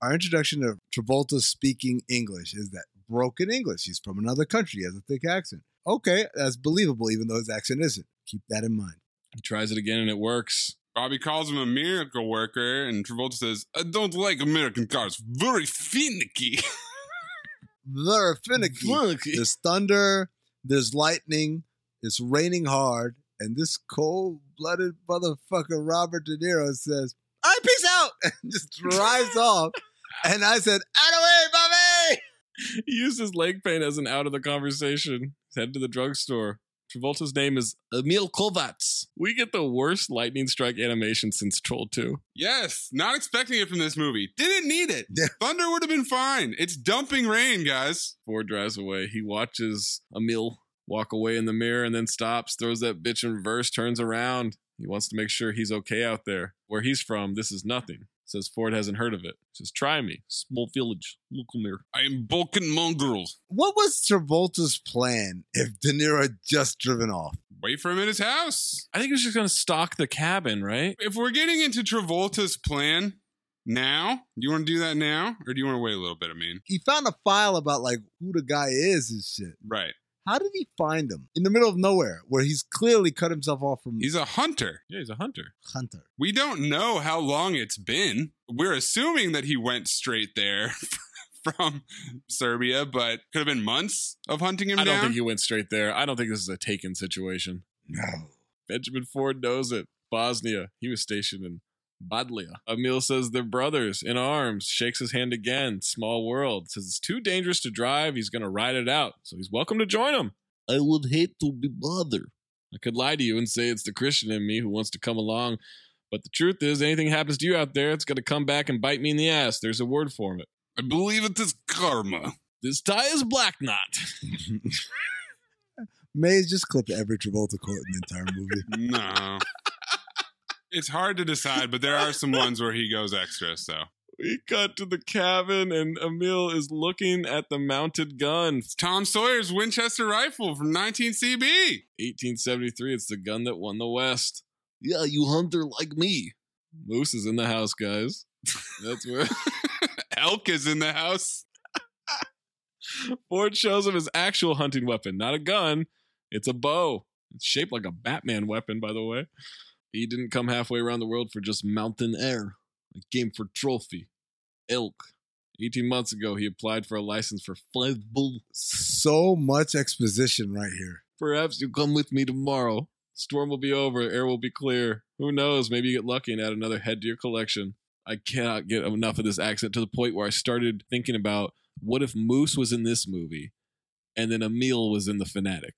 S4: Our introduction to Travolta speaking English is that broken English. He's from another country. He has a thick accent. Okay, that's believable, even though his accent isn't. Keep that in mind.
S6: He tries it again and it works.
S3: Bobby calls him a miracle worker, and Travolta says, I don't like American cars. Very finicky.
S4: Very
S6: Mm-hmm. *laughs*
S4: finicky. There's thunder, there's lightning, it's raining hard, and this cold blooded motherfucker, Robert De Niro, says, All right, peace out, *laughs* and just drives off. And I said, Out of the way, Bobby!
S6: *laughs* He used his leg pain as an out of the conversation. He's headed to the drugstore. Travolta's name is Emil Kovacs. We get the worst lightning strike animation since Troll 2.
S3: Yes, not expecting it from this movie. Didn't need it. Thunder would have been fine. It's dumping rain, guys.
S6: Ford drives away. He watches Emil walk away in the mirror and then stops, throws that bitch in reverse, turns around. He wants to make sure he's okay out there. Where he's from, this is nothing. Says Ford hasn't heard of it. Says, try me. Small village, local mirror.
S3: I am Balkan mongrel.
S4: What was Travolta's plan if De Niro had just driven off?
S3: Wait for him at his house.
S6: I think he was just going to stalk the cabin, right?
S3: If we're getting into Travolta's plan now, do you want to do that now? Or do you want to wait a little bit? I mean,
S4: He found a file about like who the guy is and shit.
S3: right.
S4: How did he find him in the middle of nowhere where he's clearly cut himself off from
S3: He's a hunter.
S6: Yeah, he's a hunter.
S4: Hunter?
S3: We don't know how long it's been. We're assuming that he went straight there from Serbia, but could have been months of hunting him
S6: I don't
S3: down.
S6: think he went straight there. I don't think this is a taken situation.
S4: No.
S6: Benjamin Ford knows it. Bosnia. He was stationed in Bodlia. Emil says they're brothers in arms. Shakes his hand again. Small world. Says it's too dangerous to drive. He's going to ride it out. So he's welcome to join him. I would hate to be bothered. I could lie to you and say it's the Christian in me who wants to come along. But the truth is, anything happens to you out there, it's going to come back and bite me in the ass. There's a word for it.
S3: I believe it is karma.
S6: This tie is black knot. *laughs*
S4: Mays just clipped every Travolta quote in the entire movie.
S3: No. it's hard to decide, but there are some ones where he goes extra, so.
S6: We cut to the cabin, and Emil is looking at the mounted gun.
S3: It's Tom Sawyer's Winchester rifle from 19CB.
S6: 1873. It's the gun that won the West. Yeah, you hunter like me. Moose is in the house, guys. That's where
S3: *laughs* Elk is in the house.
S6: Ford shows him his actual hunting weapon, not a gun. It's a bow. It's shaped like a Batman weapon, by the way. He didn't come halfway around the world for just mountain air. I came for trophy, elk. 18 months ago, he applied for a license for five bull.
S4: So much exposition right here.
S6: Perhaps you come with me tomorrow. Storm will be over, air will be clear. Who knows? Maybe you get lucky and add another head to your collection. I cannot get enough of this accent to the point where I started thinking about what if Moose was in this movie and then Emil was in The Fanatic?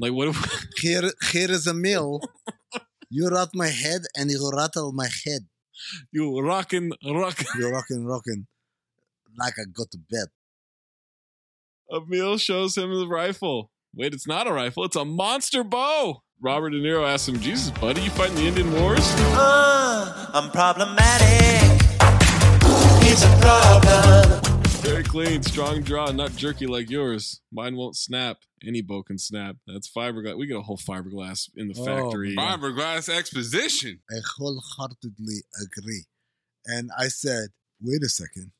S6: Like, what if *laughs*
S4: Here, here is a meal. You rot my head and you rattle my head.
S6: you rockin', rockin'?
S4: You're rocking, rocking like I go to bed.
S6: Emil shows him the rifle. Wait, it's not a rifle, it's a monster bow. Robert De Niro asks him, Jesus, buddy, you fighting the Indian Wars?
S23: I'm problematic. It's a problem.
S6: Very clean, strong draw, not jerky like yours. Mine won't snap. Any bow can snap. That's fiberglass. We get a whole fiberglass in the
S4: Oh,
S6: factory.
S10: man.
S3: Fiberglass exposition.
S4: I wholeheartedly agree. And I said, wait a second.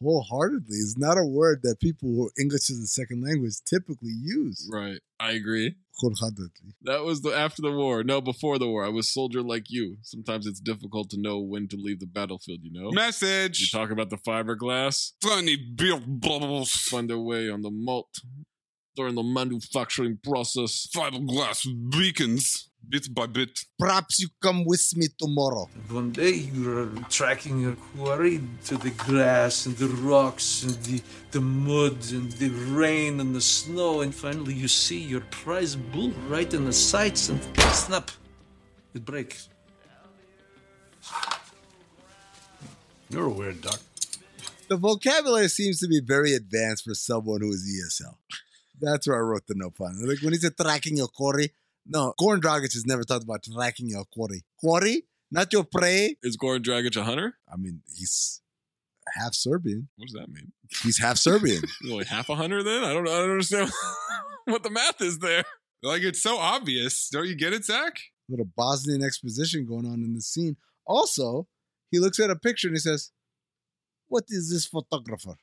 S4: Wholeheartedly is not a word that people who English is a second language typically use.
S6: Right. I agree.
S4: Wholeheartedly.
S6: That was the after the war. No, before the war. I was soldier like you. Sometimes it's difficult to know when to leave the battlefield, you know? You
S3: Message.
S6: talk about the fiberglass.
S3: Funny beer bubbles.
S6: Find their way on the malt. during the manufacturing process.
S3: Fiberglass beacons, bit by bit.
S4: Perhaps you come with me tomorrow.
S1: One day you're tracking your quarry to the grass and the rocks and the, the mud and the rain and the snow, and finally you see your prize bull right in the sights and snap, it breaks. You're a weird duck.
S4: The vocabulary seems to be very advanced for someone who is ESL. That's where I wrote the note on. Like when he said tracking your quarry, no, Goran Dragic has never talked about tracking your quarry. Quarry, not your prey.
S6: Is Goran Dragic a hunter?
S4: I mean, he's half Serbian.
S6: What does that mean?
S4: He's half Serbian.
S6: like half a hunter then? I don't, I don't understand *laughs* what the math is there.
S3: Like it's so obvious. Don't you get it, Zach?
S4: Little Bosnian exposition going on in the scene. Also, he looks at a picture and he says, What is this photographer?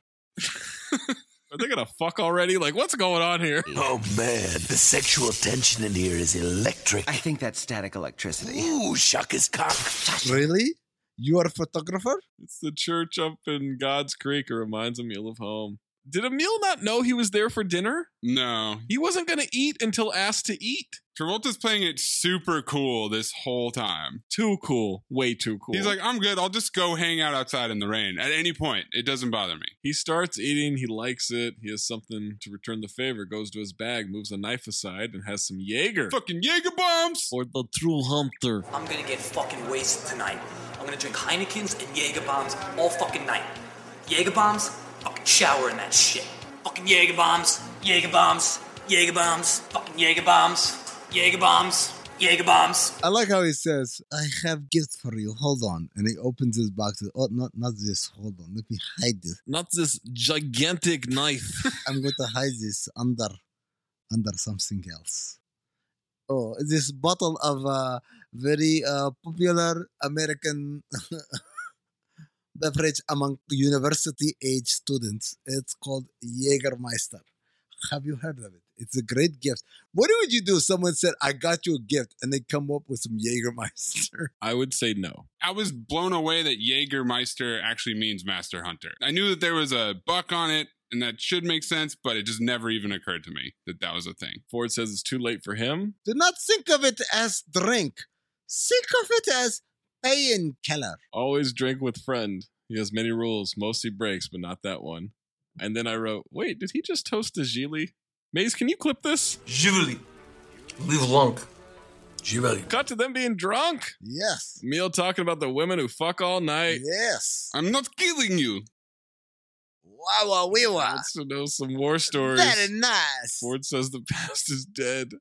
S6: Are they gonna fuck already? Like, what's going on here?
S7: Oh man, the sexual tension in here is electric.
S9: I think that's static electricity.
S7: Ooh, shuck his cock.
S4: Really? You are a photographer?
S6: It's the church up in God's Creek. It reminds Emil of home. Did Emil not know he was there for dinner?
S3: No.
S6: He wasn't gonna eat until asked to eat.
S3: Travolta's playing it super cool this whole time.
S6: Too cool. Way too cool.
S3: He's like, I'm good. I'll just go hang out outside in the rain at any point. It doesn't bother me.
S6: He starts eating. He likes it. He has something to return the favor. Goes to his bag, moves a knife aside, and has some Jaeger.
S3: Fucking Jaeger bombs!
S6: Or the true hunter.
S17: I'm gonna get fucking wasted tonight. I'm gonna drink Heineken's and Jaeger bombs all fucking night. Jaeger bombs? Fucking shower in that shit. Fucking Jaeger bombs. Jaeger bombs. Jaeger bombs. Fucking Jaeger bombs. Jaeger bombs. Jaeger bombs.
S4: I like how he says, I have gift for you. Hold on. And he opens his box. Oh, not, not this. Hold on. Let me hide this.
S6: Not this gigantic knife.
S4: I'm going to hide this under under something else. Oh, this bottle of uh, very uh, popular American *laughs* beverage among university age students. It's called Jägermeister. Have you heard of it? It's a great gift. What would you do if someone said, I got you a gift, and they come up with some Jägermeister?
S6: *laughs*
S4: *laughs*
S6: I would say no.
S3: I was blown away that Jägermeister actually means master hunter. I knew that there was a buck on it, and that should make sense, but it just never even occurred to me that that was a thing.
S6: Ford says it's too late for him.
S4: Do not think of it as drink, think of it as painkiller.
S6: Always drink with friend. He has many rules, mostly breaks, but not that one. And then I wrote, wait, did he just toast a Gili? Maze, can you clip this?
S1: Givoli. Live long. Givoli.
S6: Cut to them being drunk.
S4: Yes.
S6: Meal talking about the women who fuck all night.
S4: Yes.
S3: I'm not killing you.
S4: Wow, wow, we were.
S6: Wants to know some war stories.
S4: Very nice.
S6: Ford says the *laughs* past is dead.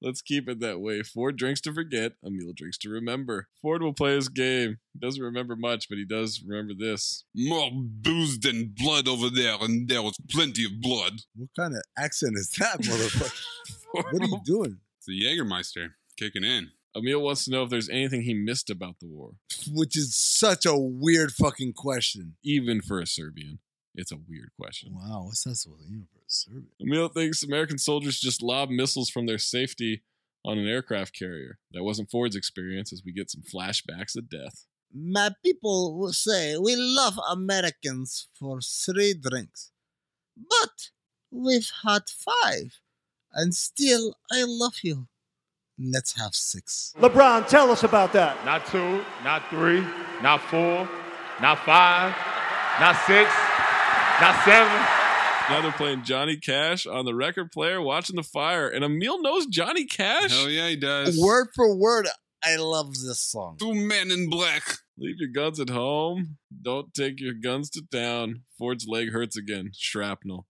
S6: Let's keep it that way. Ford drinks to forget. Emil drinks to remember. Ford will play his game. He doesn't remember much, but he does remember this.
S3: More booze than blood over there, and there was plenty of blood.
S4: *laughs* What kind of accent is that, motherfucker? what are you doing?
S3: It's a Jägermeister kicking in.
S6: Emil wants to know if there's anything he missed about the war.
S4: Which is such a weird fucking question.
S6: Even for a Serbian. It's a weird question.
S4: Wow, what's that supposed to mean for a Serbian?
S6: Emil thinks American soldiers just lob missiles from their safety on an aircraft carrier. That wasn't Ford's experience, as we get some flashbacks of death.
S4: My people will say we love Americans for three drinks, but we've had five, and still I love you. Let's have six.
S24: LeBron, tell us about that.
S25: Not two, not three, not four, not five, not six. Not seven.
S6: Now they're playing Johnny Cash on the record player, watching the fire, and Emil knows Johnny Cash.
S3: Hell yeah, he does.
S4: Word for word, I love this song.
S3: Two men in black.
S6: Leave your guns at home. Don't take your guns to town. Ford's leg hurts again. Shrapnel.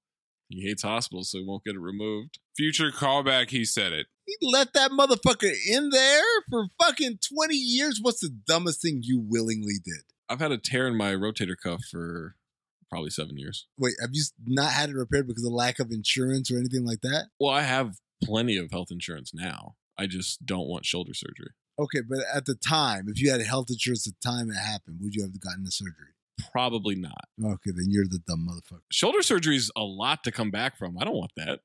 S6: He hates hospitals, so he won't get it removed.
S3: Future callback, he said it.
S4: He let that motherfucker in there for fucking 20 years. What's the dumbest thing you willingly did?
S6: I've had a tear in my rotator cuff for probably seven years.
S4: Wait, have you not had it repaired because of lack of insurance or anything like that?
S6: Well, I have plenty of health insurance now. I just don't want shoulder surgery.
S4: Okay, but at the time, if you had health insurance at the time it happened, would you have gotten the surgery?
S6: Probably not.
S4: Okay, then you're the dumb motherfucker.
S6: Shoulder surgery is a lot to come back from. I don't want that.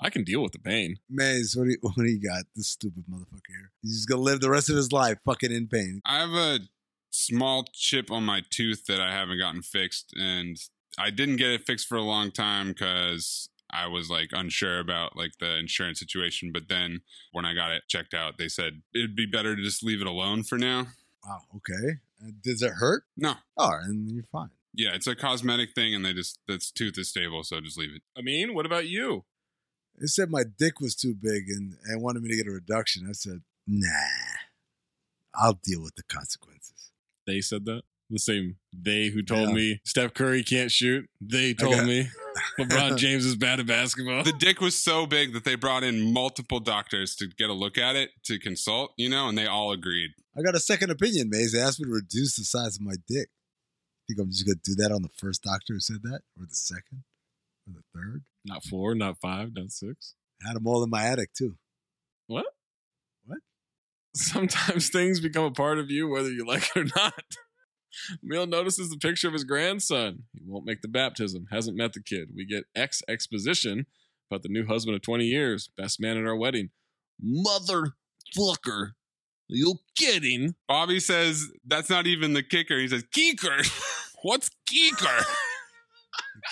S6: I can deal with the pain.
S4: Maze, what do you, *laughs* what do you got? This stupid motherfucker here. He's gonna live the rest of his life fucking in pain.
S3: I have a small chip on my tooth that I haven't gotten fixed, and I didn't get it fixed for a long time because I was like unsure about like the insurance situation, but then when I got it checked out, they said it'd be better to just leave it alone for now.
S4: Wow. Okay. Uh, Does it hurt?
S3: No.
S4: Oh, and you're fine.
S3: Yeah, it's a cosmetic thing, and they just that's tooth is stable, so just leave it.
S6: I mean, what about you?
S4: It said my dick was too big and, and wanted me to get a reduction. I said, nah, I'll deal with the consequences.
S6: They said that. The same they who told me Steph Curry can't shoot. They told
S4: got-
S6: me LeBron James is bad at basketball.
S3: The dick was so big that they brought in multiple doctors to get a look at it to consult, you know, and they all agreed.
S4: I got a second opinion, Maze. They asked me to reduce the size of my dick. Think I'm just going to do that on the first doctor who said that, or the second, or the third?
S6: Not four, not five, not six.
S4: Had them all in my attic, too.
S6: What?
S4: What?
S6: Sometimes *laughs* things become a part of you, whether you like it or not. Mill notices the picture of his grandson. He won't make the baptism, hasn't met the kid. We get ex exposition about the new husband of 20 years, best man at our wedding. Motherfucker. You kidding?
S3: Bobby says that's not even the kicker. He says, Keeker. *laughs* What's Keeker?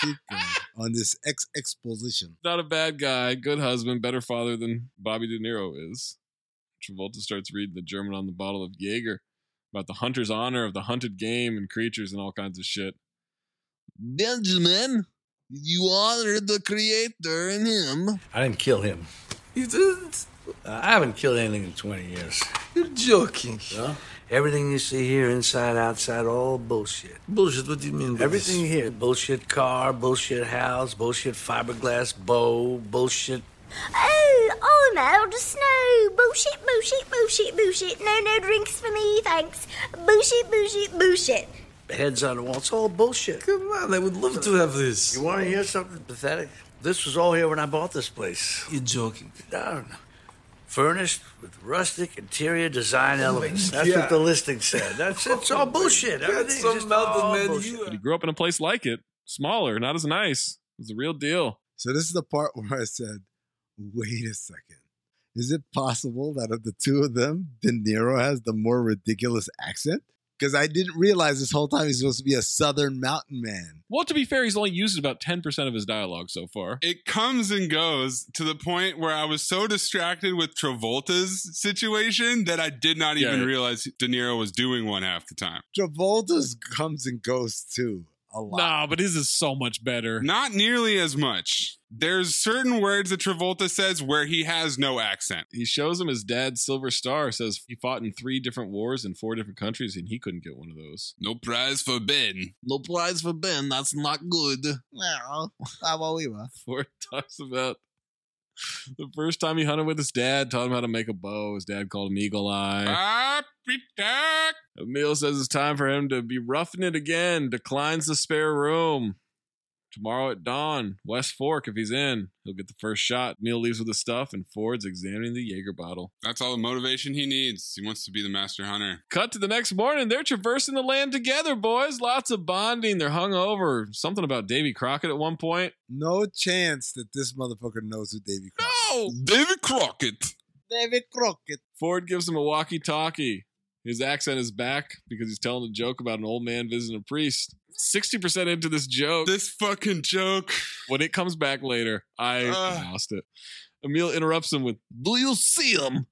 S4: Keep going on this ex exposition.
S6: Not a bad guy, good husband, better father than Bobby De Niro is. Travolta starts reading the German on the bottle of Jaeger about the hunter's honor of the hunted game and creatures and all kinds of shit.
S26: Benjamin, you honored the creator in him.
S1: I didn't kill him. You didn't? I haven't killed anything in 20 years. You're joking. Everything you see here, inside, outside, all bullshit. Bullshit, what do you mean? by Everything this? here bullshit car, bullshit house, bullshit fiberglass bow, bullshit.
S22: Oh, I'm out of snow. Bullshit, bullshit, bullshit, bullshit. No, no drinks for me, thanks. Bullshit, bullshit, bullshit.
S1: heads on the wall. It's all bullshit. Come on, I would love
S27: to have this.
S1: You want to hear something pathetic? This was all here when I bought this place. You're joking. No, no. Furnished with rustic interior design
S27: Oh my
S1: elements. That's
S27: God.
S1: what the listing said. That's it's all bullshit. Everything's just all bullshit.
S6: But he grew up in a place like it, smaller, not as nice. It was the real deal.
S4: So this is the part *laughs* where I said, wait a second. Is it possible that of the two of them, De Niro has the more ridiculous accent? Because I didn't realize this whole time he's supposed to be a southern mountain man.
S6: Well, to be fair, he's only used about 10% of his dialogue so far.
S3: It comes and goes to the point where I was so distracted with Travolta's situation that I did not even
S6: Yeah.
S3: realize De Niro was doing one half the time.
S4: Travolta's comes and goes too. A lot.
S6: Nah, but his is so much better.
S3: Not nearly as much. There's certain words that Travolta says where he has no accent.
S6: He shows him his dad's silver star, says he fought in three different wars in four different countries, and he couldn't get one of those.
S3: No prize for Ben.
S26: No prize for Ben. That's not good.
S4: Well, how we were.
S6: Where it talks about the first time he hunted with his dad, taught him how to make a bow. His dad called him Eagle
S3: Ah.
S6: Eye.
S3: Happy Duck.
S6: Emil says it's time for him to be roughing it again, declines the spare room. Tomorrow at dawn, West Fork, if he's in, he'll get the first shot. Neil leaves with the stuff, and Ford's examining the Jaeger bottle.
S3: That's all the motivation he needs. He wants to be the master hunter.
S6: Cut to the next morning. They're traversing the land together, boys. Lots of bonding. They're hungover. Something about Davy Crockett at one point.
S4: No chance that this motherfucker knows who Davy Crockett
S6: No!
S3: David Crockett.
S4: David Crockett.
S6: Ford gives him a walkie talkie. His accent is back because he's telling a joke about an old man visiting a priest. 60% into this joke.
S3: This fucking joke.
S6: When it comes back later, I
S3: Ugh.
S6: lost it. Emil interrupts him with, Do you see
S3: *laughs*
S6: him?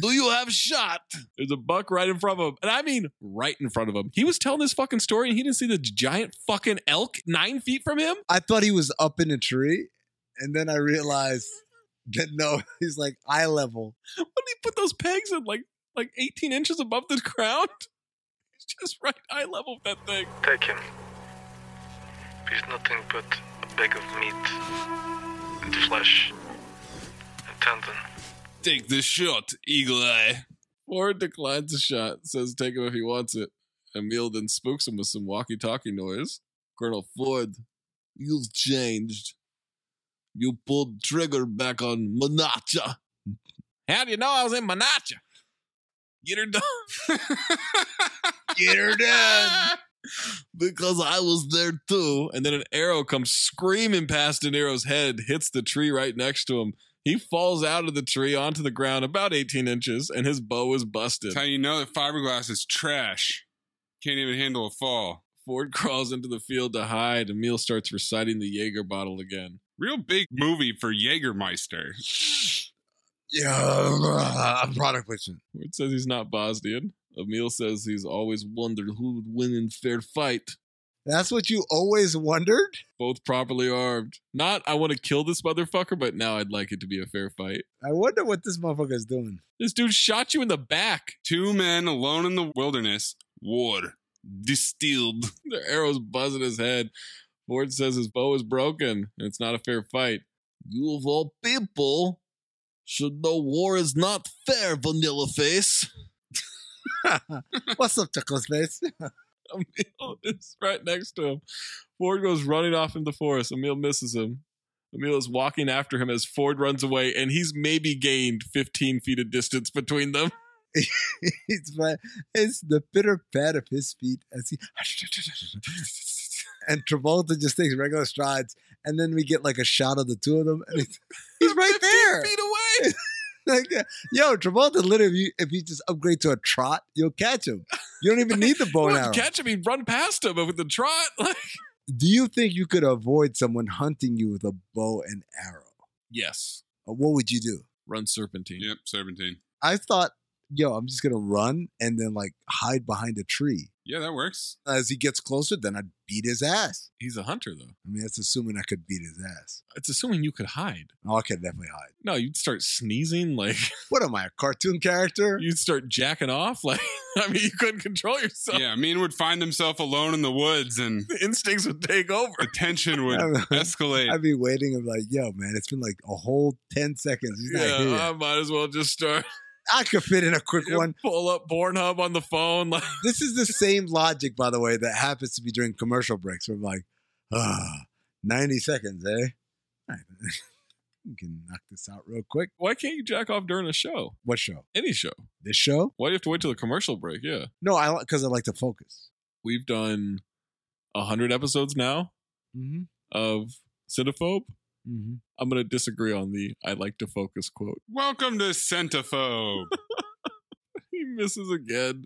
S6: Do you have shot? There's a buck right in front of him. And I mean, right in front of him. He was telling this fucking story and he didn't see the giant fucking elk nine feet from him.
S4: I thought he was up in a tree, and then I realized that no, *laughs* he's like eye level.
S6: What did he put those pegs in? Like like 18 inches above the ground? *laughs* He's just right eye level with that thing.
S28: Take him. He's nothing but a bag of meat and flesh and tendon.
S3: Take this shot, Eagle Eye.
S6: Ford declines the shot, says take him if he wants it. Emil then spooks him with some walkie talkie noise. Colonel Ford,
S26: You've changed. You pulled trigger back on Manacha.
S6: how do you know I was in Manacha? Get her *laughs* done.
S26: Get her done. because I was there too.
S6: And then an arrow comes screaming past De Niro's head, hits the tree right next to him. He falls out of the tree onto the ground about 18 inches, and his bow is busted.
S3: That's how you know that fiberglass is trash. Can't even handle a fall.
S6: *laughs* Ford crawls into the field to hide. Emil starts reciting the Jaeger bottle again.
S3: Real big movie for Jägermeister.
S6: Yeah, I'm product pitching. Word says he's not Bosnian. Emil says he's always wondered who would win in fair fight.
S4: That's what you always wondered?
S6: Both properly armed. Not I want to kill this motherfucker, but now I'd like it to be a fair fight.
S4: I wonder what this motherfucker is doing. *laughs*
S6: This dude shot you in the back.
S3: Two men alone in the wilderness. War. Distilled.
S6: *laughs* Their arrows buzzing his head. Ford says his bow is broken and it's not a fair fight.
S20: You of all people should know war is not fair, Vanilla Face.
S4: *laughs* What's up, Chuckles Face? *laughs*
S6: Emil *laughs* is right next to him. Ford goes running off into the forest. Emil misses him. Emil is walking after him as Ford runs away, and he's maybe gained 15 feet of distance between them.
S4: it's my, it's the pitter pat of his feet as he *laughs* and Travolta just takes regular strides, and then we get like a shot of the two of them, and he's, he's
S6: *laughs*
S4: right there,
S6: feet away.
S4: *laughs* like, uh, yo, Travolta, literally, if you just upgrade to a trot, you'll catch him. You don't even need the bow now.
S6: Catch him, he run past him with the trot. *laughs* Like,
S4: do you think you could avoid someone hunting you with a bow and arrow?
S6: Yes.
S4: Or what would you do?
S6: Run serpentine.
S3: Yep, serpentine.
S4: I thought, yo, I'm just gonna run and then like hide behind a tree.
S3: Yeah, that works.
S4: As he gets closer, then I'd beat his ass.
S6: He's a hunter, though.
S4: I mean, that's assuming I could beat his ass.
S6: It's assuming you could hide.
S4: Oh, I could definitely hide.
S6: No, you'd start sneezing. Like,
S4: what am I, a cartoon character?
S6: You'd start jacking off. *laughs* Like, I mean, you couldn't control yourself.
S3: Yeah, Mean would find himself alone in the woods and
S6: *laughs* the instincts would take over.
S3: The tension would escalate.
S4: I'd be waiting. I'm like, yo, man, it's been like a whole 10 seconds. He's yeah, here. I
S6: might as well just start.
S4: I could fit in a quick yeah, one.
S6: *laughs* Pull up Pornhub on the phone. Like. *laughs*
S4: This is the same logic, by the way, that happens to be during commercial breaks. Where I'm like, ah, oh, 90 seconds, eh? Right. *laughs* we can knock this out real quick.
S6: Why can't you jack off during a show?
S4: What show?
S6: Any show.
S4: This show?
S6: Why do you have to wait till the commercial break? Yeah.
S4: No, I because I like to focus.
S6: We've done hundred episodes now mm-hmm. of Cinephobe. Mm-hmm. I'm going to disagree on the I like to focus quote. *laughs*
S3: Welcome to Centophobe.
S6: he misses again.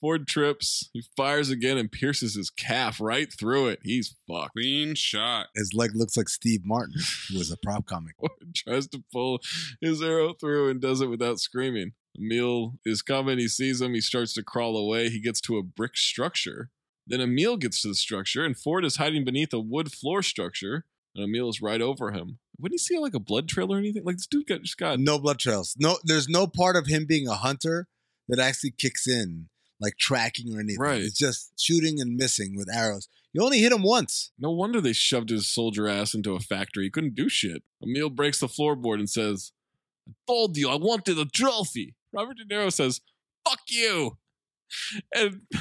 S6: Ford trips. He fires again and pierces his calf right through it. He's fucked.
S3: Clean shot.
S4: His leg looks like Steve Martin, who was a prop comic.
S6: *laughs* Ford tries to pull his arrow through and does it without screaming. Emil is coming. He sees him. He starts to crawl away. He gets to a brick structure. Then Emil gets to the structure, and Ford is hiding beneath a wood floor structure and Emil is right over him. Wouldn't he see like a blood trail or anything? Like this dude got just got
S4: no blood trails. No, there's no part of him being a hunter that actually kicks in, like tracking or anything.
S6: Right.
S4: It's just shooting and missing with arrows. You only hit him once.
S6: No wonder they shoved his soldier ass into a factory. He couldn't do shit. Emil breaks the floorboard and says, I told you I wanted a trophy. Robert De Niro says, Fuck you. And *laughs*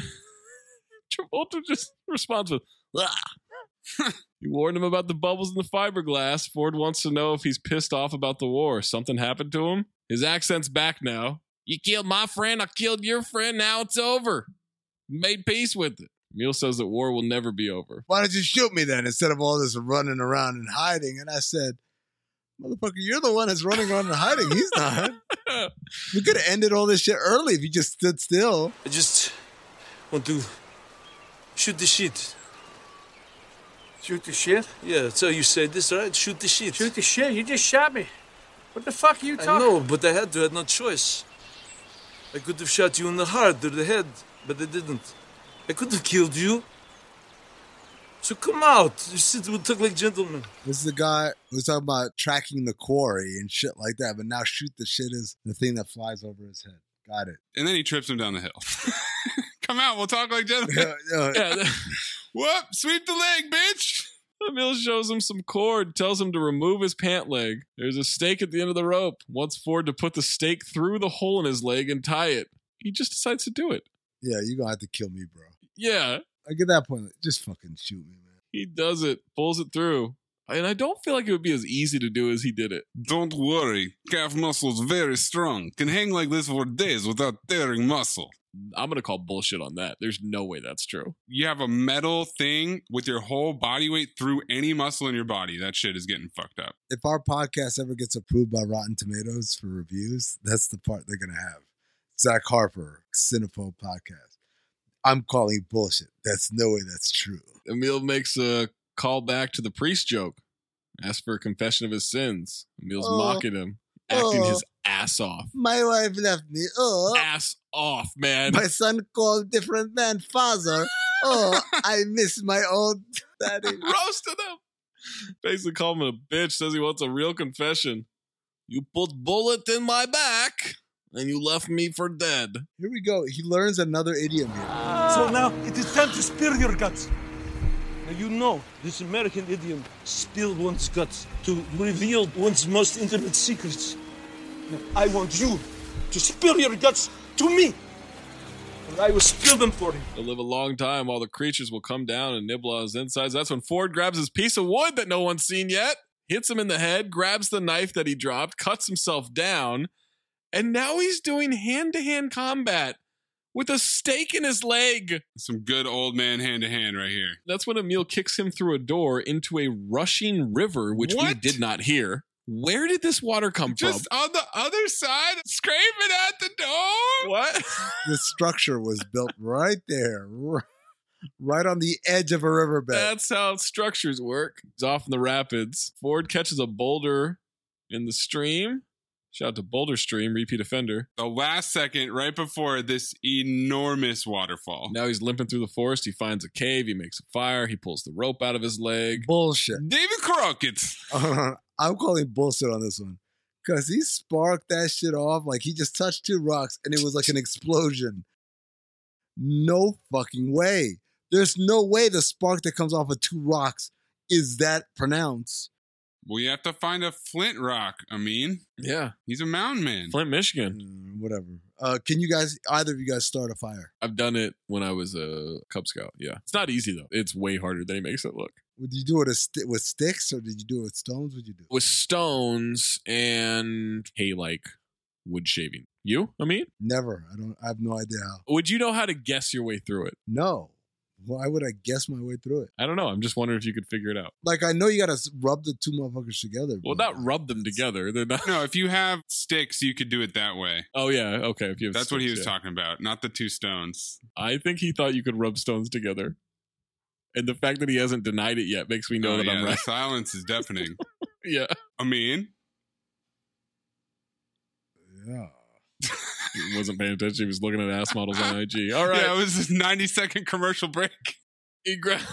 S6: Travolta just responds with, Ah. *laughs* You warned him about the bubbles in the fiberglass. Ford wants to know if he's pissed off about the war. Something happened to him? His accent's back now.
S20: You killed my friend, I killed your friend, now it's over. Made peace with it.
S6: Emil says that war will never be over.
S4: Why did you shoot me then instead of all this running around and hiding? And I said, Motherfucker, you're the one that's running around and hiding. He's not. we could have ended all this shit early if you just stood still.
S1: I just want to shoot the shit.
S8: Shoot the shit?
S1: Yeah, so you said this, right? Shoot the shit.
S8: Shoot the shit? You just shot me. What the fuck are you talking? I
S1: know, but I had to. I had no choice. I could have shot you in the heart or the head, but I didn't. I could have killed you. So come out. You sit and talk like gentlemen.
S4: This is the guy who's talking about tracking the quarry and shit like that, but now shoot the shit is the thing that flies over his head. Got it.
S3: And then he trips him down the hill. *laughs* come out. We'll talk like gentlemen. yeah, yeah.
S6: *laughs*
S3: yeah. Whoop, sweep the leg, bitch.
S6: Emil shows him some cord, tells him to remove his pant leg. There's a stake at the end of the rope. Wants Ford to put the stake through the hole in his leg and tie it. He just decides to do it.
S4: Yeah, you're going to have to kill me, bro.
S6: Yeah.
S4: I get that point. Just fucking shoot me, man.
S6: He does it, pulls it through. And I don't feel like it would be as easy to do as he did it.
S3: Don't worry. Calf muscle's very strong. Can hang like this for days without tearing muscle.
S6: I'm gonna call bullshit on that. There's no way that's true.
S3: You have a metal thing with your whole body weight through any muscle in your body. That shit is getting fucked up.
S4: If our podcast ever gets approved by Rotten Tomatoes for reviews, that's the part they're gonna have. Zach Harper, Cinephobe Podcast. I'm calling bullshit. That's no way that's true.
S6: Emil makes a call back to the priest joke. asks for a confession of his sins. Emil's
S4: Oh.
S6: mocking him, acting
S4: Oh.
S6: his ass off.
S4: My wife left me. Oh,
S6: Ass off, man. *laughs*
S4: my son called different man father. Oh, I miss my old daddy.
S6: Roasted him. Basically called him a bitch, says he wants a real confession. You put bullet in my back and you left me for dead.
S4: Here we go. He learns another idiom here.
S21: So now it is time to spill your guts. Now you know this American idiom, spill one's guts, to reveal one's most intimate secrets. Now I want you to spill your guts to me, and I will spill them for you.
S6: He'll live a long time. All the creatures will come down and nibble on his insides. That's when Ford grabs his piece of wood that no one's seen yet, hits him in the head, grabs the knife that he dropped, cuts himself down, and now he's doing hand to hand combat with a stake in his leg.
S3: Some good old man hand to hand right here.
S6: That's when Emil kicks him through a door into a rushing river, which we
S3: What?
S6: did not hear. Where did this water come
S3: Just on the other side, scraping at the door. *laughs*
S6: What?
S4: The structure was built right there, r- right on the edge of a riverbed.
S6: That's how structures work. He's off in the rapids. Ford catches a boulder in the stream. Shout out to Boulder Stream, repeat offender.
S3: The last second, right before this enormous waterfall.
S6: Now he's limping through the forest. He finds a cave. He makes a fire. He pulls the rope out of his leg.
S4: Bullshit.
S3: David Crockett.
S4: Uh-huh. I'm calling bullshit on this one. Cause he sparked that shit off like he just touched two rocks and it was like an explosion. No fucking way. There's no way the spark that comes off of two rocks is that pronounced.
S3: We have to find a flint rock, I mean.
S6: Yeah.
S3: He's a mountain man.
S6: Flint, Michigan.
S4: Mm, Whatever. Uh, can you guys, either of you guys, start a fire?
S6: I've done it when I was a Cub Scout. Yeah. It's not easy, though. It's way harder than he makes it look.
S4: Would you do it with sti- with sticks or did you do it with stones? Would you do?
S6: With stones and hay like wood shaving. You, I mean?
S4: Never. I don't. I have no idea how.
S6: Would you know how to guess your way through it?
S4: No. Why would I guess my way through it?
S6: I don't know. I'm just wondering if you could figure it out.
S4: Like I know you gotta s- rub the two motherfuckers together.
S6: Well,
S4: but-
S6: not rub them together. They're not. *laughs*
S3: No, if you have sticks, you could do it that way.
S6: Oh yeah, okay. If you have
S3: That's what he was
S6: sticks, yeah.
S3: talking about, not the two stones.
S6: I think he thought you could rub stones together, and the fact that he hasn't denied it yet makes me know
S3: Oh,
S6: that
S3: yeah,
S6: I'm
S3: the
S6: right. *laughs*
S3: silence is deafening. *laughs*
S6: yeah,
S3: I mean,
S4: Yeah.
S6: he wasn't paying attention. He was looking at ass models on
S3: *laughs*
S6: IG. All right.
S3: yeah, it was this 90 second commercial break.
S6: he gra- *laughs* he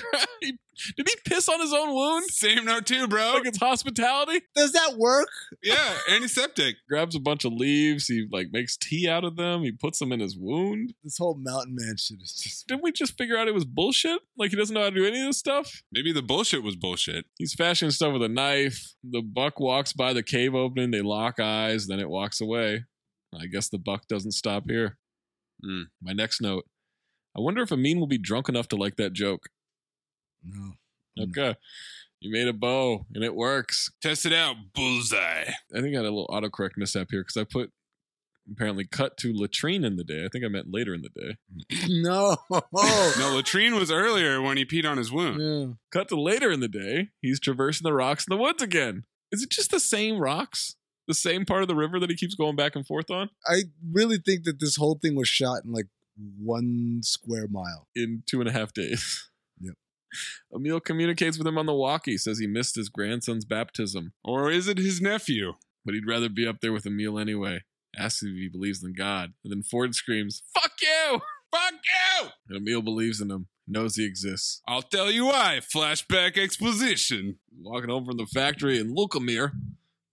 S6: gra- he- Did he piss on his own wound?
S3: Same note, too, bro.
S6: Like it's hospitality.
S4: Does that work?
S3: Yeah, antiseptic.
S6: Grabs a bunch of leaves. He like makes tea out of them. He puts them in his wound.
S4: This whole mountain man shit is just
S6: Didn't we just figure out it was bullshit? Like he doesn't know how to do any of this stuff.
S3: Maybe the bullshit was bullshit.
S6: He's fashioning stuff with a knife. The buck walks by the cave opening. They lock eyes. Then it walks away. I guess the buck doesn't stop here.
S3: Hmm.
S6: My next note. I wonder if Amin will be drunk enough to like that joke.
S4: no.
S3: Hmm.
S6: Okay. You made a bow and it works.
S3: Test it out, bullseye.
S6: I think I had a little autocorrect mishap here because I put apparently cut to latrine in the day. I think I meant later in the
S3: *laughs*
S6: day.
S4: No.
S3: No, latrine was earlier when he peed on his wound.
S4: yeah.
S6: Cut to later in the day. He's traversing the rocks in the woods again. Is it just the same rocks? The same part of the river that he keeps going back and forth on?
S4: I really think that this whole thing was shot in like one square mile.
S6: in two and a half days.
S4: Yep.
S6: Emil communicates with him on the walkie, says he missed his grandson's baptism,
S3: Or is it his nephew?
S6: but he'd rather be up there with Emil anyway. Asks if he believes in God, and then Ford screams, Fuck you!
S3: Fuck you!
S6: And Emil believes in him, knows he exists.
S3: I'll tell you why. Flashback exposition.
S6: Walking home from the factory in Lukamir,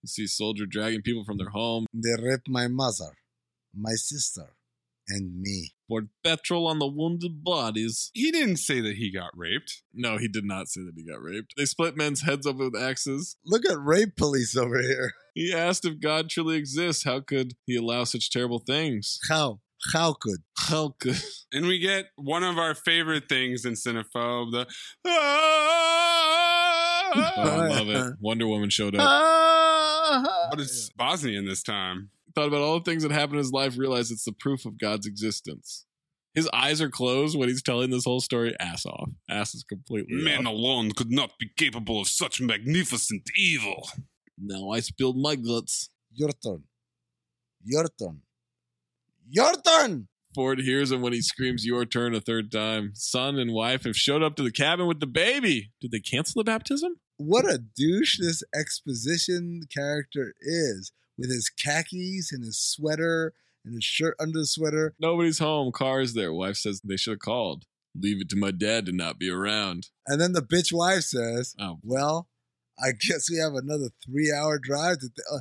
S6: you see Soldier dragging people from their home.
S4: They raped my mother, my sister, and me.
S6: Poured petrol on the wounded bodies.
S3: He didn't say that he got raped.
S6: No, he did not say that he got raped. They split men's heads up with axes.
S4: Look at rape police over here. *laughs*
S6: He asked if God truly exists. How could he allow such terrible things?
S4: How? How could?
S6: How could *laughs*
S3: And we get one of our favorite things in Cinephobe the. Ah!
S6: Oh, *laughs* I love it. Wonder Woman showed up.
S3: But it's Bosnian this time.
S6: Thought about all the things that happened in his life, realized it's the proof of God's existence. His eyes are closed when he's telling this whole story. Ass off. Ass is completely
S3: Man
S6: off.
S3: alone could not be capable of such magnificent evil.
S6: No, I spilled my guts.
S4: Your turn. Your turn. Your turn.
S6: Ford hears him when he screams your turn a third time. Son and wife have showed up to the cabin with the baby. Did they cancel the baptism?
S4: what a douche this exposition character is with his khakis and his sweater and his shirt under the sweater.
S6: Nobody's home. Car's there. Wife says they should have called. Leave it to my dad to not be around. *laughs*
S4: And then the bitch wife says,
S6: Oh.
S4: Well, I guess we have another three hour drive. To th- uh,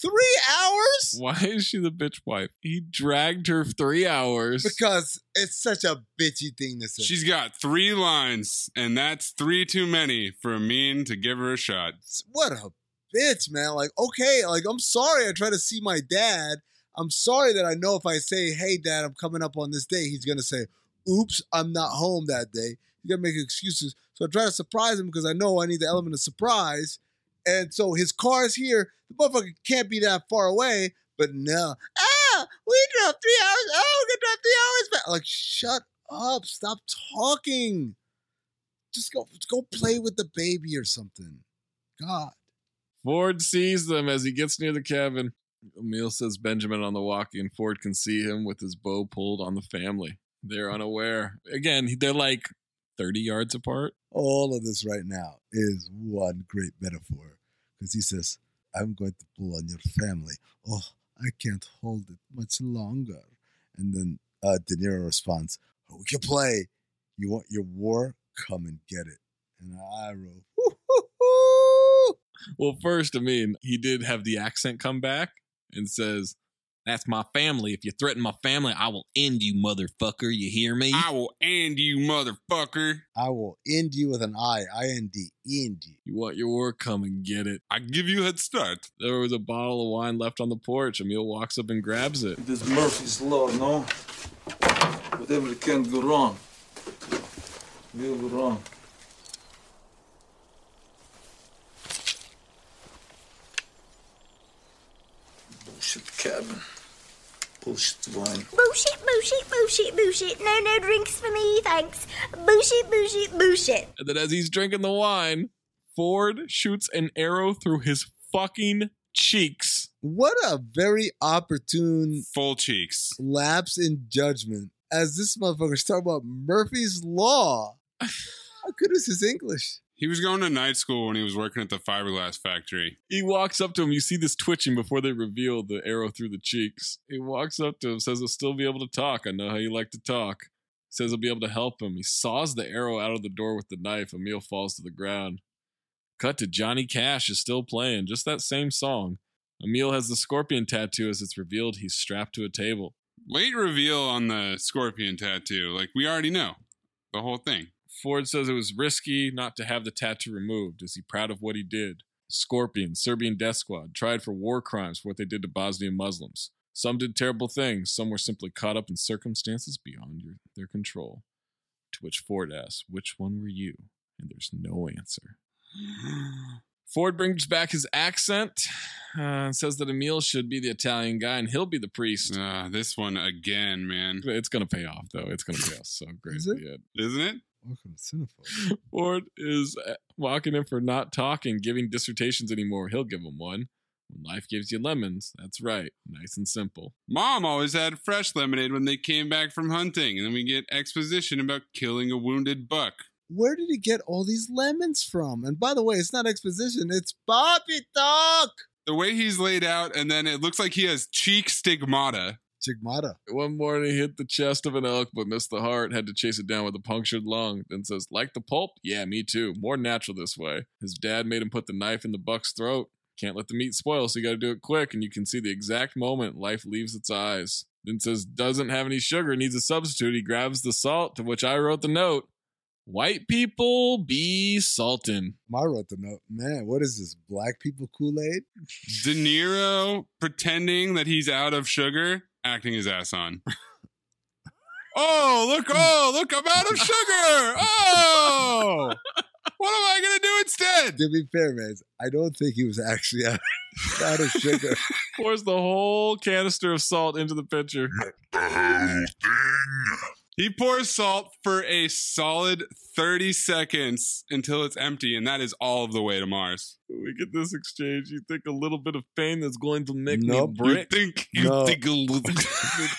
S4: three hours?
S6: Why is she the bitch wife? He dragged her three hours.
S4: Because it's such a bitchy thing to say.
S3: She's got three lines, and that's three too many for a mean to give her a shot.
S4: what a bitch, man. Like, okay, like I'm sorry I try to see my dad. I'm sorry that I know if I say, hey dad, I'm coming up on this day, he's gonna say, Oops, I'm not home that day. He's gonna make excuses. So I try to surprise him because I know I need the element of surprise. And so his car's here. The motherfucker can't be that far away, but no. Ah, we drove three hours. Oh, we drove three hours back. Like, shut up. Stop talking. Just go go play with the baby or something. God.
S6: Ford sees them as he gets near the cabin. Emil says Benjamin on the walkie, and Ford can see him with his bow pulled on the family. They're unaware. Again, they're like 30 yards apart.
S4: all of this right now is one great metaphor because he says, I'm going to pull on your family. Oh, I can't hold it much longer. And then uh, De Niro responds, oh, We can play. You want your war? Come and get it. And I wrote,
S6: *laughs* Well, first, I mean, he did have the accent come back and says, That's my family. If you threaten my family, I will end you, motherfucker. You hear me?
S3: I will end you, motherfucker.
S4: I will end you with an I. I N D. End you.
S6: You want your war? Come and get it.
S3: I give you a head start.
S6: There was a bottle of wine left on the porch. Emil walks up and grabs it.
S29: This Murphy's Law, no? Whatever can go wrong, will go wrong. Bullshit cabin. Bullshit wine.
S21: Bullshit, bullshit, bullshit, bullshit. No, no drinks for me, thanks. Bullshit, bullshit, bullshit.
S6: And then as he's drinking the wine, Ford shoots an arrow through his fucking cheeks.
S4: What a very opportune
S3: Full cheeks.
S4: lapse in judgment as this motherfucker's talking about Murphy's Law. *laughs* How good is his English?
S3: He was going to night school when he was working at the fiberglass factory.
S6: He walks up to him. You see this twitching before they reveal the arrow through the cheeks. He walks up to him, says he'll still be able to talk. I know how you like to talk. Says he'll be able to help him. He saws the arrow out of the door with the knife. Emil falls to the ground. Cut to Johnny Cash is still playing, just that same song. Emil has the scorpion tattoo as it's revealed he's strapped to a table.
S3: Late reveal on the scorpion tattoo. Like, we already know the whole thing.
S6: Ford says it was risky not to have the tattoo removed. Is he proud of what he did? Scorpion, Serbian death squad, tried for war crimes for what they did to Bosnian Muslims. Some did terrible things, some were simply caught up in circumstances beyond your, their control. To which Ford asks, Which one were you? And there's no answer. Ford brings back his accent uh, and says that Emil should be the Italian guy and he'll be the priest.
S3: Ah, this one again, man.
S6: It's going to pay off, though. It's going to pay off so great.
S4: Is
S6: at
S4: it?
S6: the end.
S3: Isn't it?
S4: Welcome to Cinephile.
S6: Ford is uh, mocking him for not talking, giving dissertations anymore. He'll give him one. When life gives you lemons, that's right. Nice and simple.
S3: Mom always had fresh lemonade when they came back from hunting. And then we get exposition about killing a wounded buck.
S4: Where did he get all these lemons from? And by the way, it's not exposition, it's Bobby Talk!
S3: The way he's laid out, and then it looks like he has cheek stigmata.
S4: Stigmata.
S6: One morning, he hit the chest of an elk, but missed the heart, had to chase it down with a punctured lung. Then says, Like the pulp? Yeah, me too. More natural this way. His dad made him put the knife in the buck's throat. Can't let the meat spoil, so you gotta do it quick, and you can see the exact moment life leaves its eyes. Then says, Doesn't have any sugar, needs a substitute. He grabs the salt, to which I wrote the note. White people be saltin.
S4: I wrote the note. Man, what is this? Black people Kool
S20: *laughs*
S4: Aid?
S3: De Niro pretending that he's out of sugar, acting his ass on. oh, look, oh, look, I'm out of sugar. Oh, what am I going to do instead?
S4: To be fair, man, I don't think he was actually out, *laughs* out of
S20: *laughs*
S4: sugar.
S6: Pours the whole canister of salt into the pitcher.
S3: He pours salt for a solid 30 seconds until it's empty, and that is all of the way to Mars.
S6: We get this exchange. You think a little bit of pain is going to make
S4: Nope.
S6: me brick?
S3: You think you
S4: No.
S3: think a little *laughs*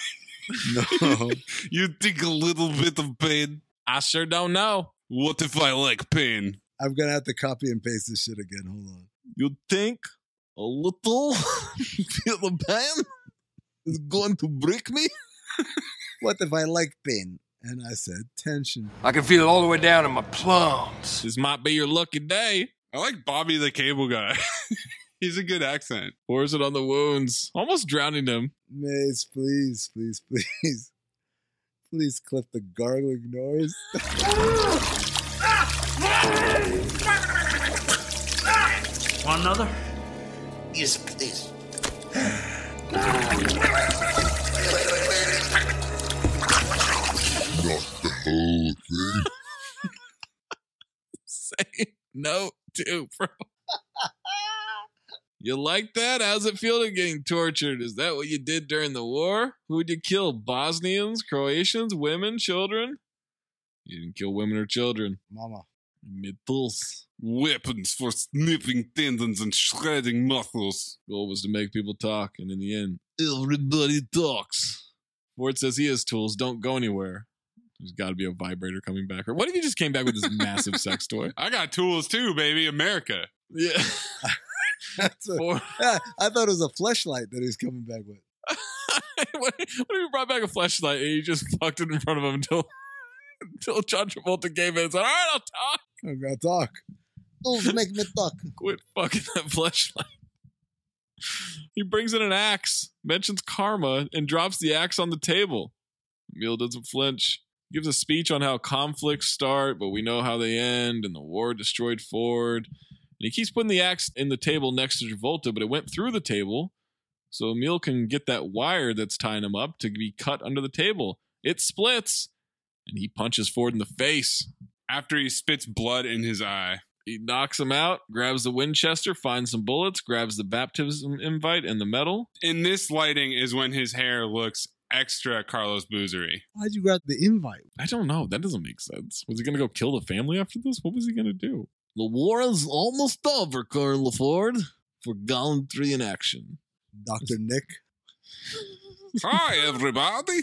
S4: No.
S3: you think a little bit of pain?
S6: I sure don't know.
S3: What if I like pain?
S4: I'm gonna have to copy and paste this shit again. Hold on.
S20: You think a
S6: *laughs*
S20: little the man is going to break me? *laughs*
S4: What if I like pain? And I said tension.
S5: I can feel it all the way down in my plums.
S6: This might be your lucky day.
S3: I like Bobby the Cable Guy. *laughs* He's a good accent.
S6: Or is it on the wounds? Almost drowning him.
S4: Maze, please, please, please, please clip the gargling noise. *laughs*
S5: Want another?
S10: Yes, please.
S13: Not the whole thing.
S6: Say *laughs* no to, bro. You like that? How's it feel to getting tortured? Is that what you did during the war? Who'd you kill? Bosnians, Croatians, women, children? You didn't kill women or children.
S4: Mama.
S6: Mittels.
S3: Weapons for snipping tendons and shredding muscles.
S6: Goal was to make people talk, and in the end, everybody talks. Ford says he has tools, don't go anywhere. There's got to be a vibrator coming back. Or what if you just came back with this massive sex toy?
S3: *laughs* I got tools too, baby. America.
S6: Yeah. *laughs*
S4: That's a,
S6: Or- *laughs*
S20: Oh.
S4: *laughs* I thought it was a fleshlight that he's coming back with.
S6: what, what if you brought back a flashlight and you just fucked it in front of him until *laughs* until John Travolta came in and said, "All right, I'll talk."
S4: I'm gonna talk. Tools make me talk.
S6: *laughs* Quit fucking that flashlight. he brings in an axe, mentions karma, and drops the axe on the table. Emil doesn't flinch. Gives a speech on how conflicts start, but we know how they end, and the war destroyed Ford. And he keeps putting the axe in the table next to Travolta, but it went through the table. So Emil can get that wire that's tying him up to be cut under the table. It splits, and he punches Ford in the face.
S3: After he spits blood in his eye.
S6: He knocks him out, grabs the Winchester, finds some bullets, grabs the baptism invite and the medal.
S3: In this lighting is when his hair looks extra Carlos Boozery.
S4: *laughs* Why'd you grab the invite?
S6: I don't know. That doesn't make sense. Was he going to go kill the family after this? What was he going to do?
S20: The war is almost over, Colonel Ford, for gallantry in action.
S4: Dr. Nick.
S20: *laughs*
S3: Hi, everybody.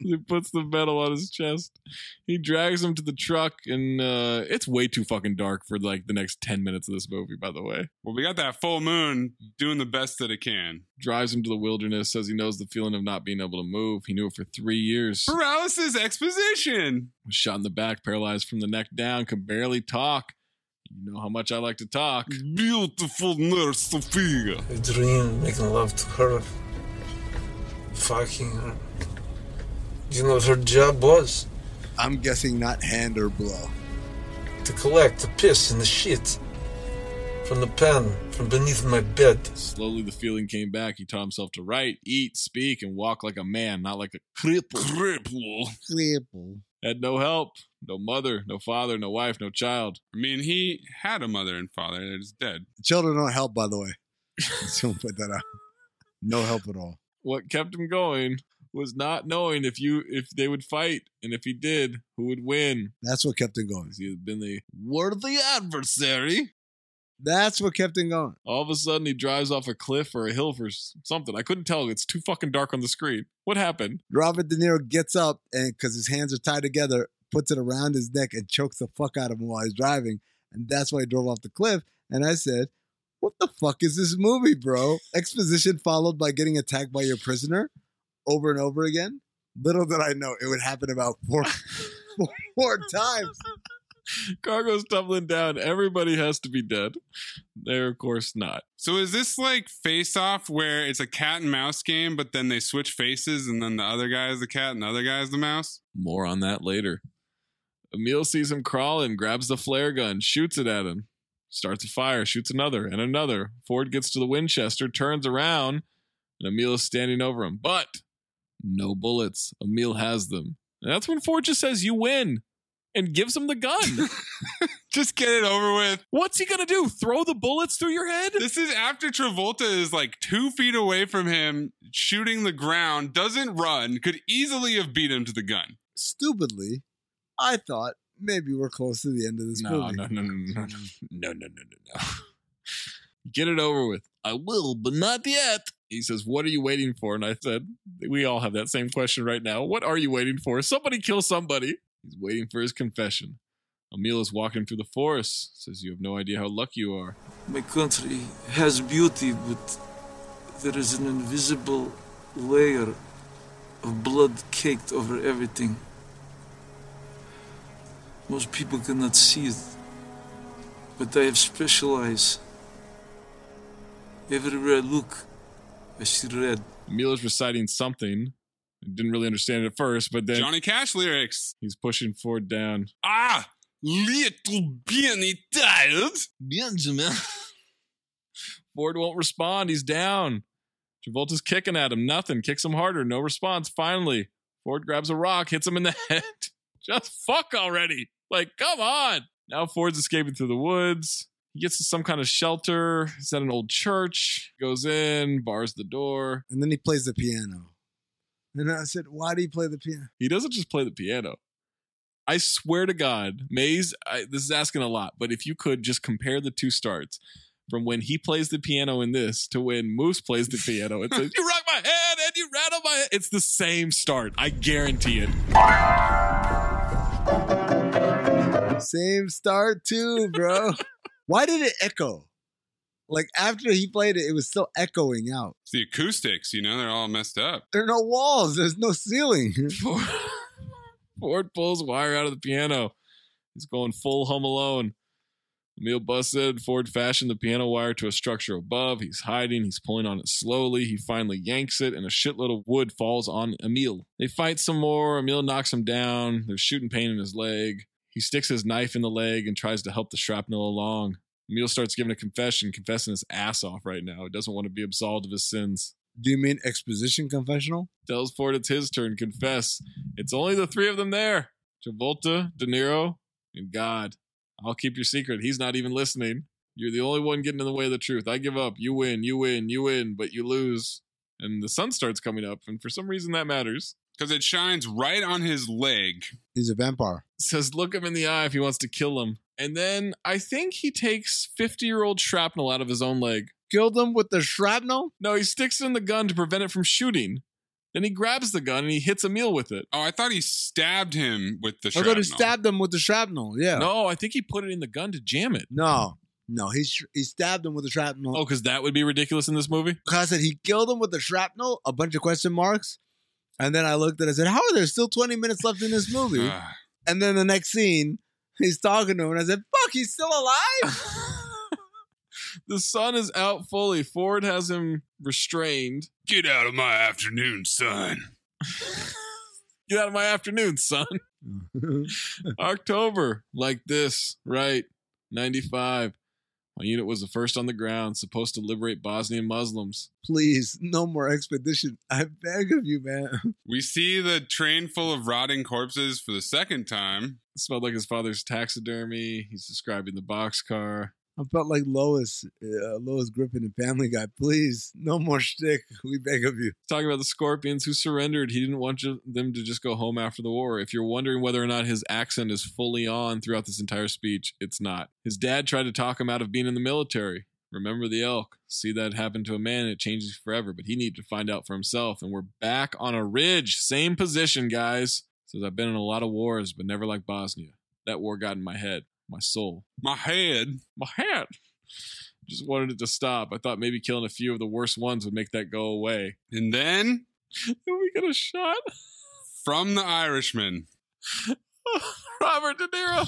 S6: he puts the medal on his chest. He drags him to the truck, and uh, it's way too fucking dark for like the next 10 minutes of this movie, by the way.
S3: Well, we got that full moon doing the best that it can.
S6: Drives him to the wilderness, says he knows the feeling of not being able to move. He knew it for three years.
S3: Paralysis exposition.
S6: was shot in the back, paralyzed from the neck down, could barely talk. You know how much I like to talk.
S3: Beautiful nurse Sophia.
S1: I dream making love to her, fucking her. Do you know what her job was?
S4: I'm guessing not hand or blow.
S1: To collect the piss and the shit from the pen from beneath my bed.
S6: Slowly, the feeling came back. He taught himself to write, eat, speak, and walk like a man, not like a cripple.
S3: Cripple.
S4: Cripple.
S6: Had no help, no mother, no father, no wife, no child.
S3: I mean, he had a mother and father that is dead.
S4: Children don't help, by the way. *laughs* Just don't put that out. No help at all.
S6: What kept him going was not knowing if you if they would fight, and if he did, who would win.
S4: That's what kept him going.
S6: He had been the
S20: Worthy adversary.
S4: That's what kept him going.
S6: All of a sudden, he drives off a cliff or a hill for s- something. I couldn't tell. It's too fucking dark on the screen. What happened?
S4: Robert De Niro gets up and because his hands are tied together, puts it around his neck and chokes the fuck out of him while he's driving. And that's why he drove off the cliff. And I said, What the fuck is this movie, bro? Exposition followed by getting attacked by your prisoner over and over again. Little did I know it would happen about
S6: *laughs*
S4: four four times.
S6: Car goes tumbling down. Everybody has to be dead. They're, of course, not.
S3: So is this like face off where it's a cat and mouse game, but then they switch faces and then the other guy is the cat and the other guy is the mouse?
S6: More on that later. Emil sees him crawling, grabs the flare gun, shoots it at him, starts a fire, shoots another and another. Ford gets to the Winchester, turns around, and Emil is standing over him. But no bullets. Emil has them. And that's when Ford just says, You win, and gives him the gun.
S3: Just get it over with.
S6: What's he going to do? Throw the bullets through your head?
S3: This is after Travolta is like two feet away from him, shooting the ground, doesn't run, could easily have beat him to the gun.
S4: Stupidly, I thought maybe we're close to the end of this
S6: No,
S4: movie.
S6: no, no, no, no, no, no, no, no, no, no. *laughs*
S20: Get it over with. I will, but not yet.
S6: He says, What are you waiting for? And I said, We all have that same question right now. What are you waiting for? Somebody kill somebody. He's waiting for his confession. Emil is walking through the forest. Says, You have no idea how lucky you are.
S1: My country has beauty, but there is an invisible layer of blood caked over everything. Most people cannot see it, but I have special eyes. Everywhere I look, I see red.
S6: Emil is reciting something. I didn't really understand it at first, but then
S3: Johnny Cash lyrics.
S6: he's pushing Ford down.
S3: Ah, little Benny child.
S20: Benjamin.
S6: *laughs* Ford won't respond. He's down. Travolta's kicking at him. Nothing. Kicks him harder. No response. Finally, Ford grabs a rock, hits him in the *laughs* head. Just fuck already. Like, come on. Now Ford's escaping through the woods. He gets to some kind of shelter. He's at an old church. Goes in, bars the door.
S4: And then he plays the piano. And I said, Why do you play the piano?
S6: He doesn't just play the piano. I swear to God, Maze, I, this is asking a lot, but if you could just compare the two starts from when he plays the piano in this to when Moose plays the piano, it says, You rock my head and you rattle my head. It's the same start. I guarantee it.
S4: Same start too, bro. Why did it echo? Like after he played it, it was still echoing out.
S3: It's the acoustics, you know, they're all messed up.
S4: There are no walls. There's no ceiling.
S6: *laughs* Ford, Ford pulls wire out of the piano. He's going full home alone. Emil busted. Ford fashioned the piano wire to a structure above. He's hiding. He's pulling on it slowly. He finally yanks it, and a shitload of wood falls on Emil. They fight some more. Emil knocks him down. There's shooting pain in his leg. He sticks his knife in the leg and tries to help the shrapnel along. Emil starts giving a confession, confessing his ass off right now. He doesn't want to be absolved of his sins.
S4: Do you mean exposition confessional?
S6: Tells Ford it's his turn. Confess. It's only the three of them there Travolta, De Niro, and God. I'll keep your secret. He's not even listening. You're the only one getting in the way of the truth. I give up. You win. You win. You win. But you lose. And the sun starts coming up. And for some reason, that matters. *laughs*
S3: Because it shines right on his leg.
S4: He's a vampire.
S6: Says, look him in the eye if he wants to kill him. And then I think he takes 50 year old shrapnel out of his own leg.
S4: Killed him with the shrapnel?
S6: No, he sticks it in the gun to prevent it from shooting. Then he grabs the gun and he hits Emil with it.
S3: Oh, I thought he stabbed him with the
S4: I
S3: shrapnel.
S4: thought Oh, he stabbed him with the shrapnel. Yeah.
S6: No, I think he put it in the gun to jam it.
S4: No. No, he, sh- he stabbed him with the shrapnel.
S6: Oh, because that would be ridiculous in this movie?
S4: I said he killed him with the shrapnel, a bunch of question marks. And then I looked at it and I said, How are there still 20 minutes left in this
S3: *laughs*
S4: movie?
S3: Ah,
S4: and then the next scene, he's talking to him and I said, Fuck, he's still alive?
S6: The sun is out fully. Ford has him restrained.
S3: Get out of my afternoon, son.
S6: Get out of my afternoon, son. October, like this, right? 95. My unit was the first on the ground, supposed to liberate Bosnian Muslims.
S4: Please, no more expedition. *laughs* I beg of you, man.
S3: We see the train full of rotting corpses for the second time.
S6: It smelled like his father's taxidermy. He's describing the boxcar.
S4: I felt like Lois, uh, Lois Griffin and Family Guy. Please, no more shtick. *laughs* We beg of you.
S6: Talking about the Scorpions who surrendered. He didn't want ju- them to just go home after the war. If you're wondering whether or not his accent is fully on throughout this entire speech, it's not. His dad tried to talk him out of being in the military. Remember the elk. See that happen to a man, it changes forever, but he needed to find out for himself. And we're back on a ridge. Same position, guys. Says, I've been in a lot of wars, but never like Bosnia. That war got in my head, my soul
S3: My head.
S6: my hat. Just wanted it to stop. I thought maybe killing a few of the worst ones would make that go away.
S3: And
S6: *laughs*
S3: then
S6: Did we get a shot?
S3: from the Irishman.
S6: *laughs* Robert De Niro.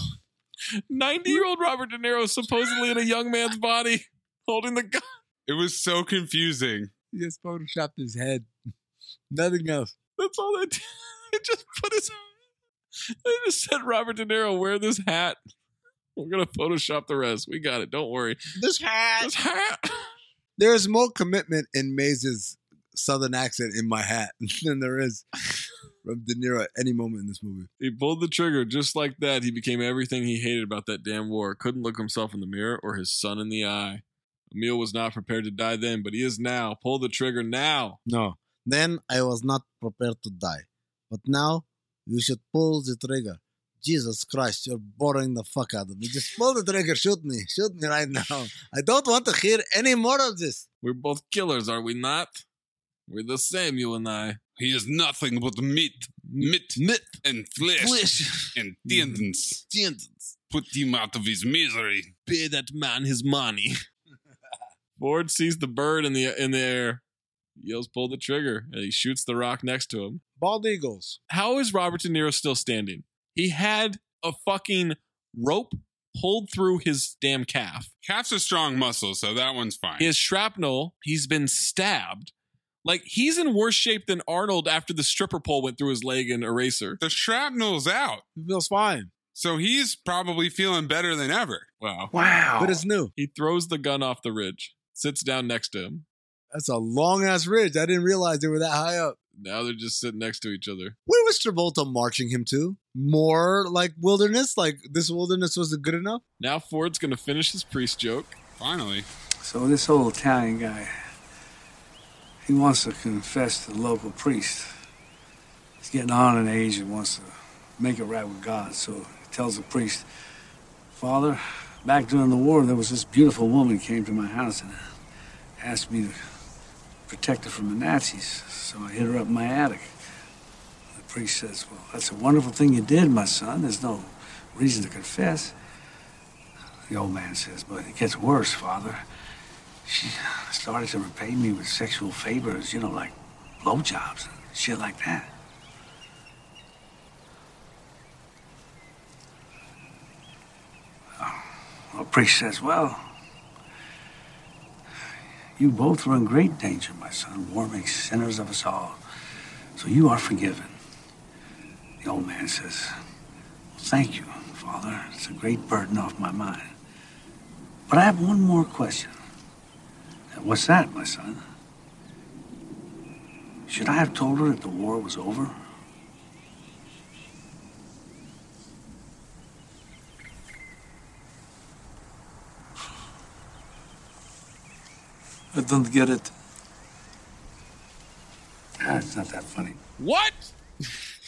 S6: 90 year old Robert De Niro, supposedly in a young man's body, holding the gun.
S3: It was so confusing.
S4: He just photoshopped his head. *laughs* Nothing else.
S6: That's all they did. *laughs* They just put his. They just said, Robert De Niro, wear this hat. We're going to Photoshop the rest. We got it. Don't worry.
S4: This hat.
S6: This hat.
S4: There is more commitment in Maze's southern accent in my hat *laughs* than there is from De Niro at any moment in this movie.
S6: He pulled the trigger just like that. He became everything he hated about that damn war. Couldn't look himself in the mirror or his son in the eye. Emil was not prepared to die then, but he is now. Pull the trigger now.
S4: No. Then I was not prepared to die. But now you should pull the trigger. Jesus Christ, you're boring the fuck out of me. Just pull the trigger, shoot me, shoot me right now. I don't want to hear any more of this.
S6: We're both killers, are we not? We're the same, you and I.
S3: He is nothing but meat, meat,
S6: Myth
S3: and flesh,
S6: flesh
S3: and tendons.
S6: tendons.
S30: Put him out of his misery.
S3: Pay that man his money. Ford sees the bird in the in the air, yells, "Pull the trigger!" and he shoots the rock next to him.
S4: Bald eagles.
S3: How is Robert De Niro still standing? He had a fucking rope pulled through his damn calf.
S30: Calf's a strong muscle, so that one's fine.
S3: His shrapnel. He's been stabbed. Like he's in worse shape than Arnold after the stripper pole went through his leg in Eraser.
S30: The shrapnel's out,
S4: He feels fine.
S30: so he's probably feeling better than ever.
S3: Wow.
S4: Wow. But it's new.
S3: He throws the gun off the ridge, sits down next to him.
S4: That's a long ass ridge. I didn't realize they were that high up.
S3: Now they're just sitting next to each other.
S4: Where was Travolta marching him to? More like wilderness? Like this wilderness wasn't good enough?
S3: Now Ford's going to finish his priest joke.
S30: Finally,
S6: So this old Italian guy, he wants to confess to the local priest. He's getting on in age and wants to make it right with God. So he tells the priest, Father, back during the war, there was this beautiful woman came to my house and asked me to protect her from the Nazis. So I hid her up in my attic. The priest says, Well, that's a wonderful thing you did, my son. There's no reason to confess. The old man says, But it gets worse, Father she started to repay me with sexual favors, you know, like blowjobs and shit like that. Well, Oh, priest says, Well, you both were in great danger, my son. War makes sinners of us all. So you are forgiven. The old man says, well, Thank you, Father. It's a great burden off my mind. But I have one more question. What's that, my son? Should I have told her that the war was over?
S31: I don't get it.
S6: Ah, it's not that funny.
S3: What?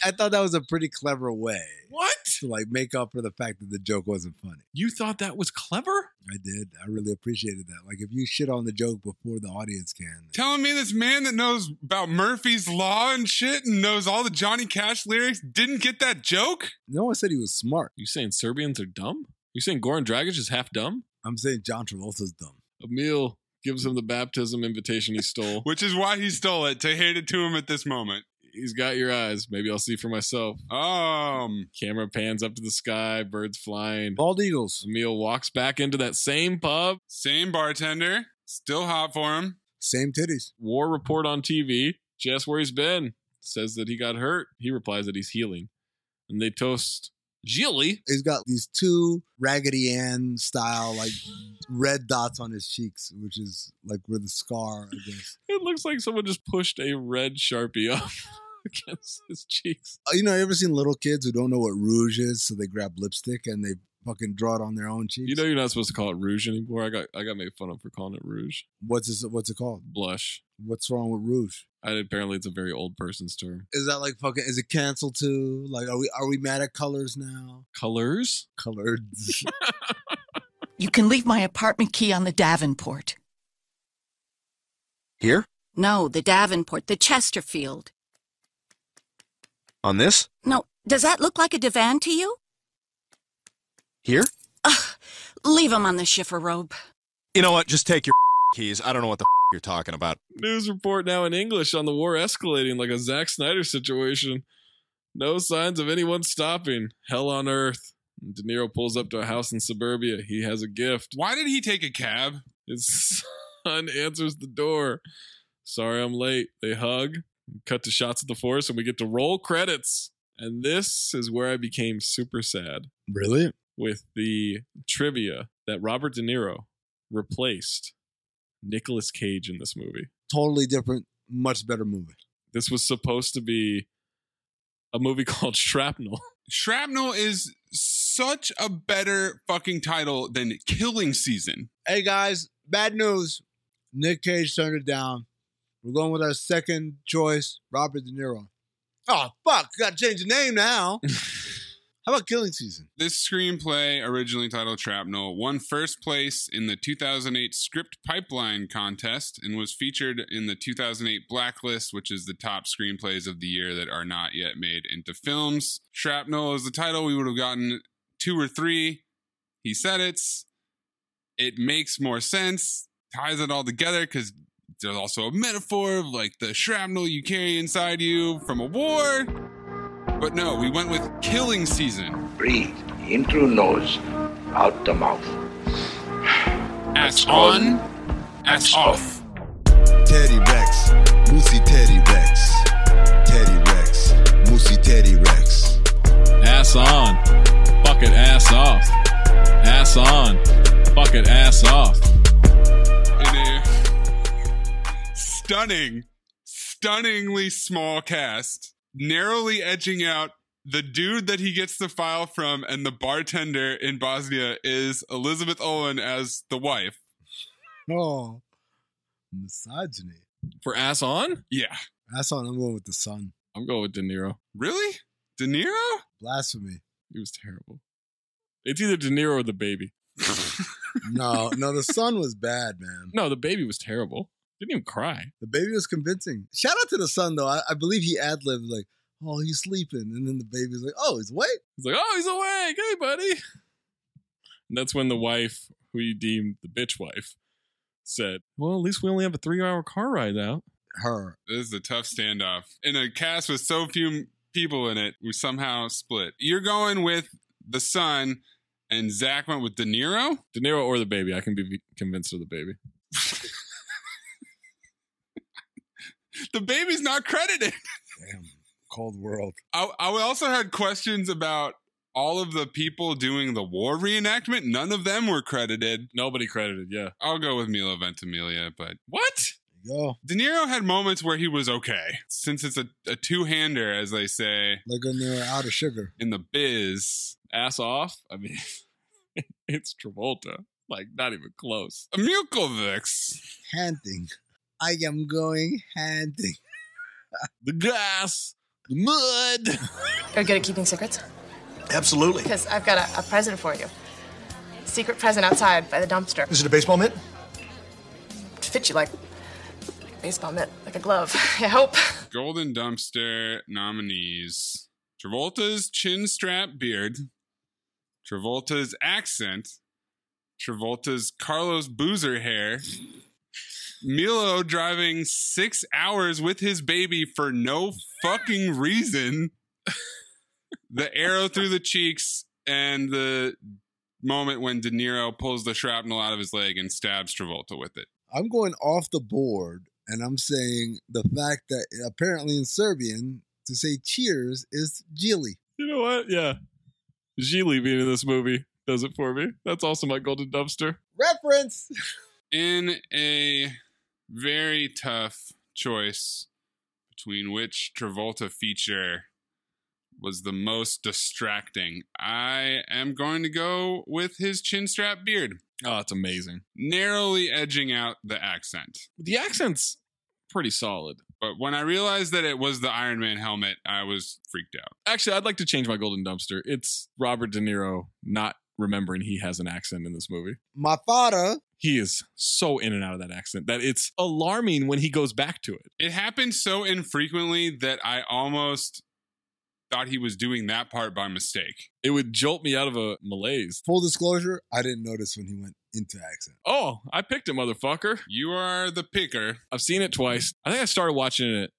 S4: I thought that was a pretty clever way
S3: What?
S4: to like make up for the fact that the joke wasn't funny.
S3: You thought that was clever?
S4: I did. I really appreciated that. Like if you shit on the joke before the audience can.
S30: telling me this man that knows about Murphy's Law and shit and knows all the Johnny Cash lyrics didn't get that joke?
S4: No one said he was smart.
S3: You saying Serbians are dumb? You saying Goran Dragic is half dumb?
S4: I'm saying John Travolta's dumb.
S3: Emil gives him the
S30: *laughs*
S3: baptism invitation he stole.
S30: Which is why he stole it to hand it to him at this moment.
S3: He's got your eyes. Maybe I'll see for myself.
S30: Um,
S3: Camera pans up to the sky, birds flying.
S4: Bald Eagles.
S3: Emil walks back into that same pub.
S30: same bartender, still hot for him.
S4: Same titties.
S3: War report on TV. She asks where he's been. Says that he got hurt. He replies that he's healing. And they toast Gilly.
S4: He's got these two Raggedy Ann style like red dots on his cheeks, which is like where the scar, I guess.
S3: It looks like someone just pushed a red sharpie *laughs* up against his cheeks.
S4: Uh, You know, you ever seen little kids who don't know what rouge is, so they grab lipstick and they fucking draw it on their own cheeks?
S3: You know you're not supposed to call it rouge anymore. I got I got made fun of for calling it rouge.
S4: what's this, what's it called?
S3: Blush.
S4: What's wrong with rouge?
S3: I apparently it's a very old person's term.
S4: Is that like fucking? Is it canceled too? Like, are we are we mad at colors now?
S3: Colors?
S4: Colored.
S21: You can leave my apartment key on the Davenport.
S32: Here?
S21: No, the Davenport, the Chesterfield.
S32: On this?
S21: No, does that look like a divan to you?
S32: Here?
S21: Leave 'em on the shiffer robe.
S32: You know what? Just take your keys. I don't know what the you're talking about.
S3: News report now in English on the war escalating like a Zack Snyder situation. No signs of anyone stopping. Hell on earth. De Niro pulls up to a house in suburbia. He has a gift.
S30: Why did he take a cab?
S3: His *laughs* son answers the door. Sorry I'm late. They hug. Cut to shots of the forest, and we get to roll credits. And this is where I became super sad.
S4: Brilliant.
S3: with the trivia that Robert De Niro replaced Nicolas Cage in this movie.
S4: Totally different. Much better movie.
S3: This was supposed to be a movie *laughs* called Shrapnel.
S30: Shrapnel is such a better fucking title than Killing Season.
S4: Hey guys, bad news. Nick Cage turned it down. We're going with our second choice, Robert De Niro. Oh fuck! Got to change the name now. How about Killing Season?
S30: This screenplay, originally titled Shrapnel, won first place in the 2008 Script Pipeline contest and was featured in the 2008 Blacklist, which is the top screenplays of the year that are not yet made into films. Shrapnel is the title we would have gotten two or three
S3: He said it's. It makes more sense, ties it all together because there's also a metaphor of like the shrapnel you carry inside you from a war. But no, we went with killing season.
S2: Breathe in through nose, out the mouth.
S3: Ass on, ass off.
S23: Teddy Rex, Moosey Teddy Rex, Teddy Rex, Moosey Teddy Rex.
S6: Ass on, fuck it, ass off. Ass on, fuck it, ass off.
S3: In a stunning, stunningly small cast, narrowly edging out the dude that he gets the file from and the bartender in Bosnia is Elizabeth Owen as the wife.
S4: Oh, misogyny.
S6: For ass on?
S3: Yeah.
S4: Ass on, I'm going with the son.
S6: I'm going with De Niro.
S3: Really? De Niro?
S4: Blasphemy.
S6: It was terrible. It's either De Niro or the baby.
S4: no, no, the son was bad, man.
S6: No, the baby was terrible. Didn't even cry.
S4: The baby was convincing. Shout out to the son, though. I, I believe he ad libbed, like, oh, he's sleeping. And then the baby's like, oh, he's awake.
S6: He's like, oh, he's awake. Hey, buddy. *laughs* And that's when the wife, who you deemed the bitch wife, said, well, at least we only have a three hour car ride out.
S4: Her.
S3: This is a tough standoff. In a cast with so few people in it, we somehow split. You're going with the son, and Zach went with De Niro?
S6: De Niro or the baby. I can be convinced of the baby.
S3: *laughs* the baby's not credited.
S4: Damn cold world.
S3: I, I, also had questions about all of the people doing the war reenactment. None of them were credited.
S6: Nobody credited, yeah.
S3: I'll go with Milo Ventimiglia, but what?
S4: Yo.
S3: De Niro had moments where he was okay, since it's a, a two hander, as they say.
S4: Like when they're out of sugar.
S3: In the biz.
S6: Ass off? I mean, *laughs* it's Travolta. Like, not even close.
S3: Mukovics.
S4: Handing. I am going handing.
S6: the gas the mud.
S14: Are you good at keeping secrets?
S16: Absolutely.
S14: Because I've got a, a, present for you. Secret present outside by the dumpster.
S16: Is it a baseball mitt?
S14: To fit you like baseball mitt, like a glove. *laughs* I hope.
S3: Golden dumpster nominees: Travolta's chin strap beard, Travolta's accent, Travolta's Carlos Boozer hair. Milo driving six hours with his baby for no fucking reason. the arrow through the cheeks and the moment when De Niro pulls the shrapnel out of his leg and stabs Travolta with it.
S4: I'm going off the board and I'm saying the fact that apparently in Serbian to say cheers is Gili.
S6: You know what? Yeah. Gili being in this movie does it for me. That's also my golden dumpster.
S4: Reference!
S3: in a very tough choice between which Travolta feature was the most distracting. I am going to go with his chin strap beard.
S6: Oh, that's amazing.
S3: Narrowly edging out the accent.
S6: The accent's pretty solid.
S3: But when I realized that it was the Iron Man helmet, I was freaked out.
S6: Actually, I'd like to change my golden dumpster. It's Robert De Niro not remembering he has an accent in this movie.
S4: My father.
S6: He is so in and out of that accent that it's alarming when he goes back to it.
S3: It happens so infrequently that I almost thought he was doing that part by mistake.
S6: It would jolt me out of a malaise.
S4: Full disclosure, I didn't notice when he went into accent.
S6: Oh, I picked it, motherfucker.
S3: You are the picker.
S6: I've seen it twice. I think I started watching it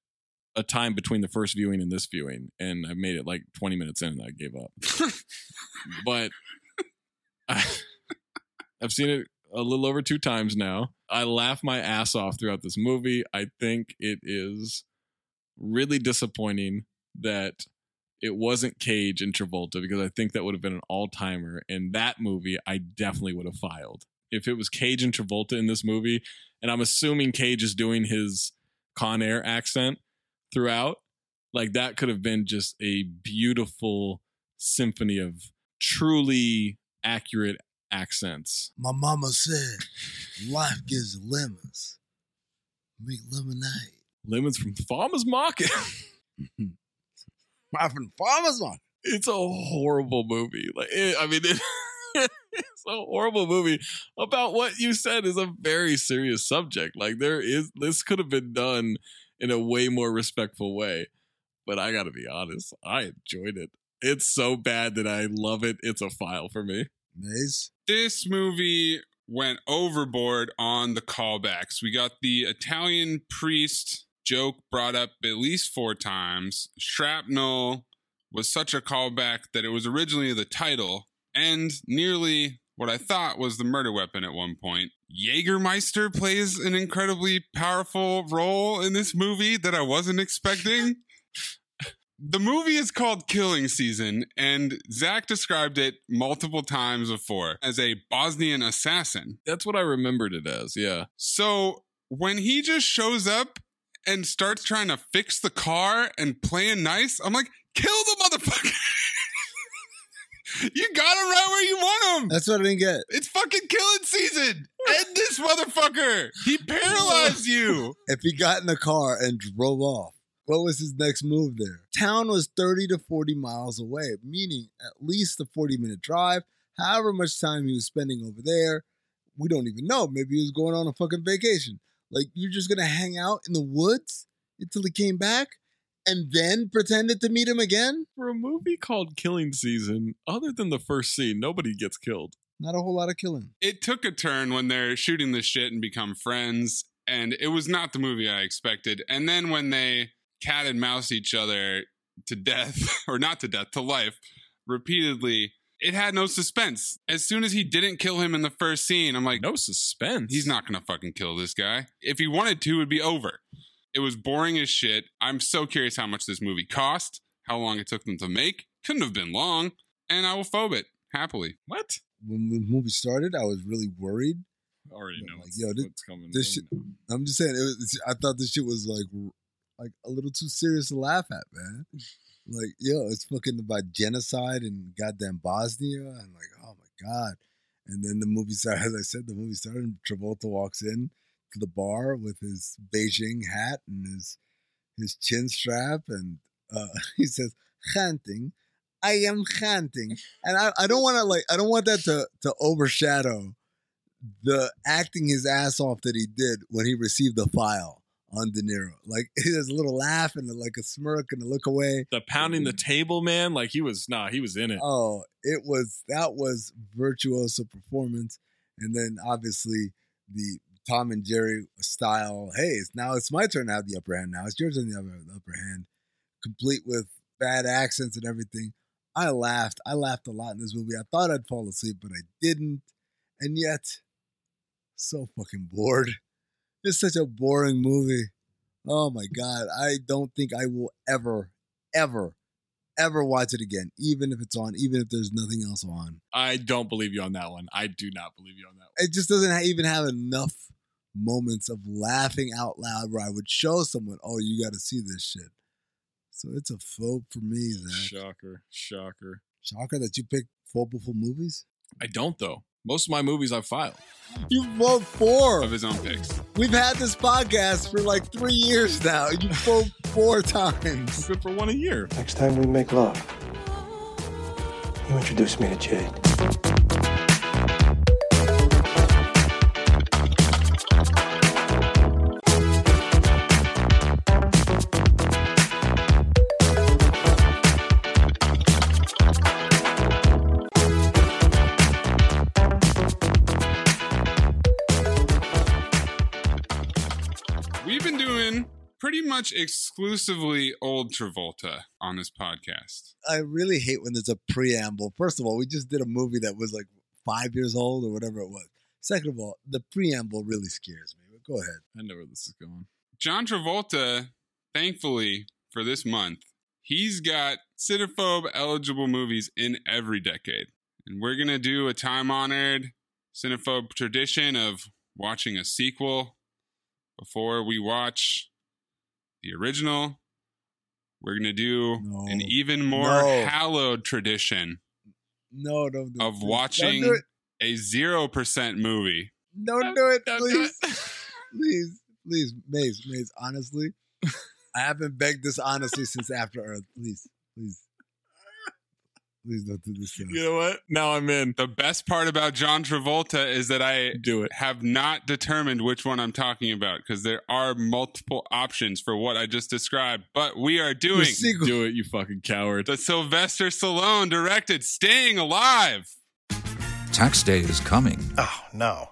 S6: a time between the first viewing and this viewing, and I made it like 20 minutes in and I gave up. but *laughs* I, have seen it a little over two times now. I laugh my ass off throughout this movie. I think it is really disappointing that it wasn't Cage and Travolta because I think that would have been an all timer. In that movie, I definitely would have filed. If it was Cage and Travolta in this movie, and I'm assuming Cage is doing his Con Air accent throughout, like that could have been just a beautiful symphony of truly accurate accents.
S4: My mama said, "Life gives lemons. Make lemonade.
S6: Lemons from
S4: *laughs*
S6: farmers market.
S4: from farmers market.
S6: It's a horrible movie. Like, it, I mean, *laughs* it, it's a horrible movie about what you said is a very serious subject. Like, there is this could have been done in a way more respectful way." But I gotta be honest, I enjoyed it. It's so bad that I love it. It's a file for me.
S4: Maze.
S3: This movie went overboard on the callbacks. We got the Italian priest joke brought up at least four times. Shrapnel was such a callback that it was originally the title and nearly what I thought was the murder weapon at one point. Jägermeister plays an incredibly powerful role in this movie that I wasn't expecting. the movie is called Killing Season, and Zach described it multiple times before as a Bosnian assassin.
S33: That's what I remembered it as, yeah.
S3: So when he just shows up and starts trying to fix the car and playing nice, I'm like, kill the motherfucker! *laughs* you got him right where you want him.
S4: That's what I didn't get.
S3: It's fucking killing season. End this motherfucker. He paralyzed you.
S4: if he got in the car and drove off, what was his next move there? Town was 30 to 40 miles away, meaning at least a 40 minute drive. However much time he was spending over there, we don't even know. Maybe he was going on a fucking vacation. Like, you're just going to hang out in the woods until he came back? and then pretended to meet him again?
S33: For a movie called Killing Season, other than the first scene, nobody gets killed.
S4: Not a whole lot of killing.
S3: It took a turn when they're shooting this shit and become friends, and it was not the movie I expected. And then when they cat and mouse each other to death, *laughs* or not to death, to life, repeatedly, it had no suspense. As soon as he didn't kill him in the first scene, I'm like,
S33: no suspense.
S3: He's not gonna fucking kill this guy. If he wanted to, it'd be over it was boring as shit. I'm so curious how much this movie cost, how long it took them to make. Couldn't have been long, and I will phobe it happily.
S33: What?
S4: When the movie started, I was really worried.
S33: I already know
S4: like, yo, this, coming. This shit, I'm just saying, was, I thought this shit was like, like a little too serious to laugh at, man. Like, yo, it's fucking about genocide in goddamn Bosnia, and like, oh my god. And then the movie started. *laughs* As I said, the movie started. And Travolta walks in the bar with his Beijing hat and his his chin strap, and uh, *laughs* he says, "Hunting, I am hunting," and I, I don't want to like I don't want that to to overshadow the acting his ass off that he did when he received the file on De Niro. Like *laughs* there's a little laugh and like a smirk and a look away.
S33: The pounding the table, man. Like he was nah, he was in it.
S4: Oh, it was that was virtuoso performance, and then obviously. The Tom and Jerry style. Hey, it's now it's my turn to have the upper hand. Now it's yours on the upper, the upper hand, complete with bad accents and everything. I laughed. I laughed a lot in this movie. I thought I'd fall asleep, but I didn't. And yet, so fucking bored. It's such a boring movie. Oh my god, I don't think I will ever, ever, ever watch it again, even if it's on, even if there's nothing else on.
S33: I don't believe you on that one. I do not believe you on that. One.
S4: It just doesn't even have enough moments of laughing out loud where I would show someone, oh, you got to see this shit. So it's a faux for me, Zach.
S33: Shocker. Shocker.
S4: Shocker that you pick faux before movies?
S33: I don't, though. Most of my movies I've filed.
S4: You vote four
S33: of his own picks.
S4: We've had this podcast for like three years now. You vote four *laughs* times.
S33: Good for one a year.
S6: Next time we make love, you introduce me to Jade.
S3: pretty much exclusively old Travolta on this podcast.
S4: I really hate when there's a preamble. First of all, we just did a movie that was like five years old or whatever it was. Second of all, the preamble really scares me. But go ahead.
S33: I know where this is going.
S3: John Travolta, thankfully for this month, he's got cinephobe eligible movies in every decade. And we're going to do a time honored cinephobe tradition of watching a sequel before we watch the original. We're gonna do no. an even more no. hallowed tradition.
S4: No, don't do
S3: of watching do a zero percent movie.
S4: Don't do it, don't please, do it. please, please, Maze, Maze. Honestly, I haven't begged this honestly since After Earth. Please, please. Please don't do this. Stuff.
S33: You know what? Now I'm in.
S3: The best part about John Travolta is that I
S33: do it.
S3: Have not determined which one I'm talking about because there are multiple options for what I just described. But we are doing
S33: do it, you fucking coward.
S3: The Sylvester Stallone directed "Staying Alive."
S4: Tax day is coming.
S34: Oh, no.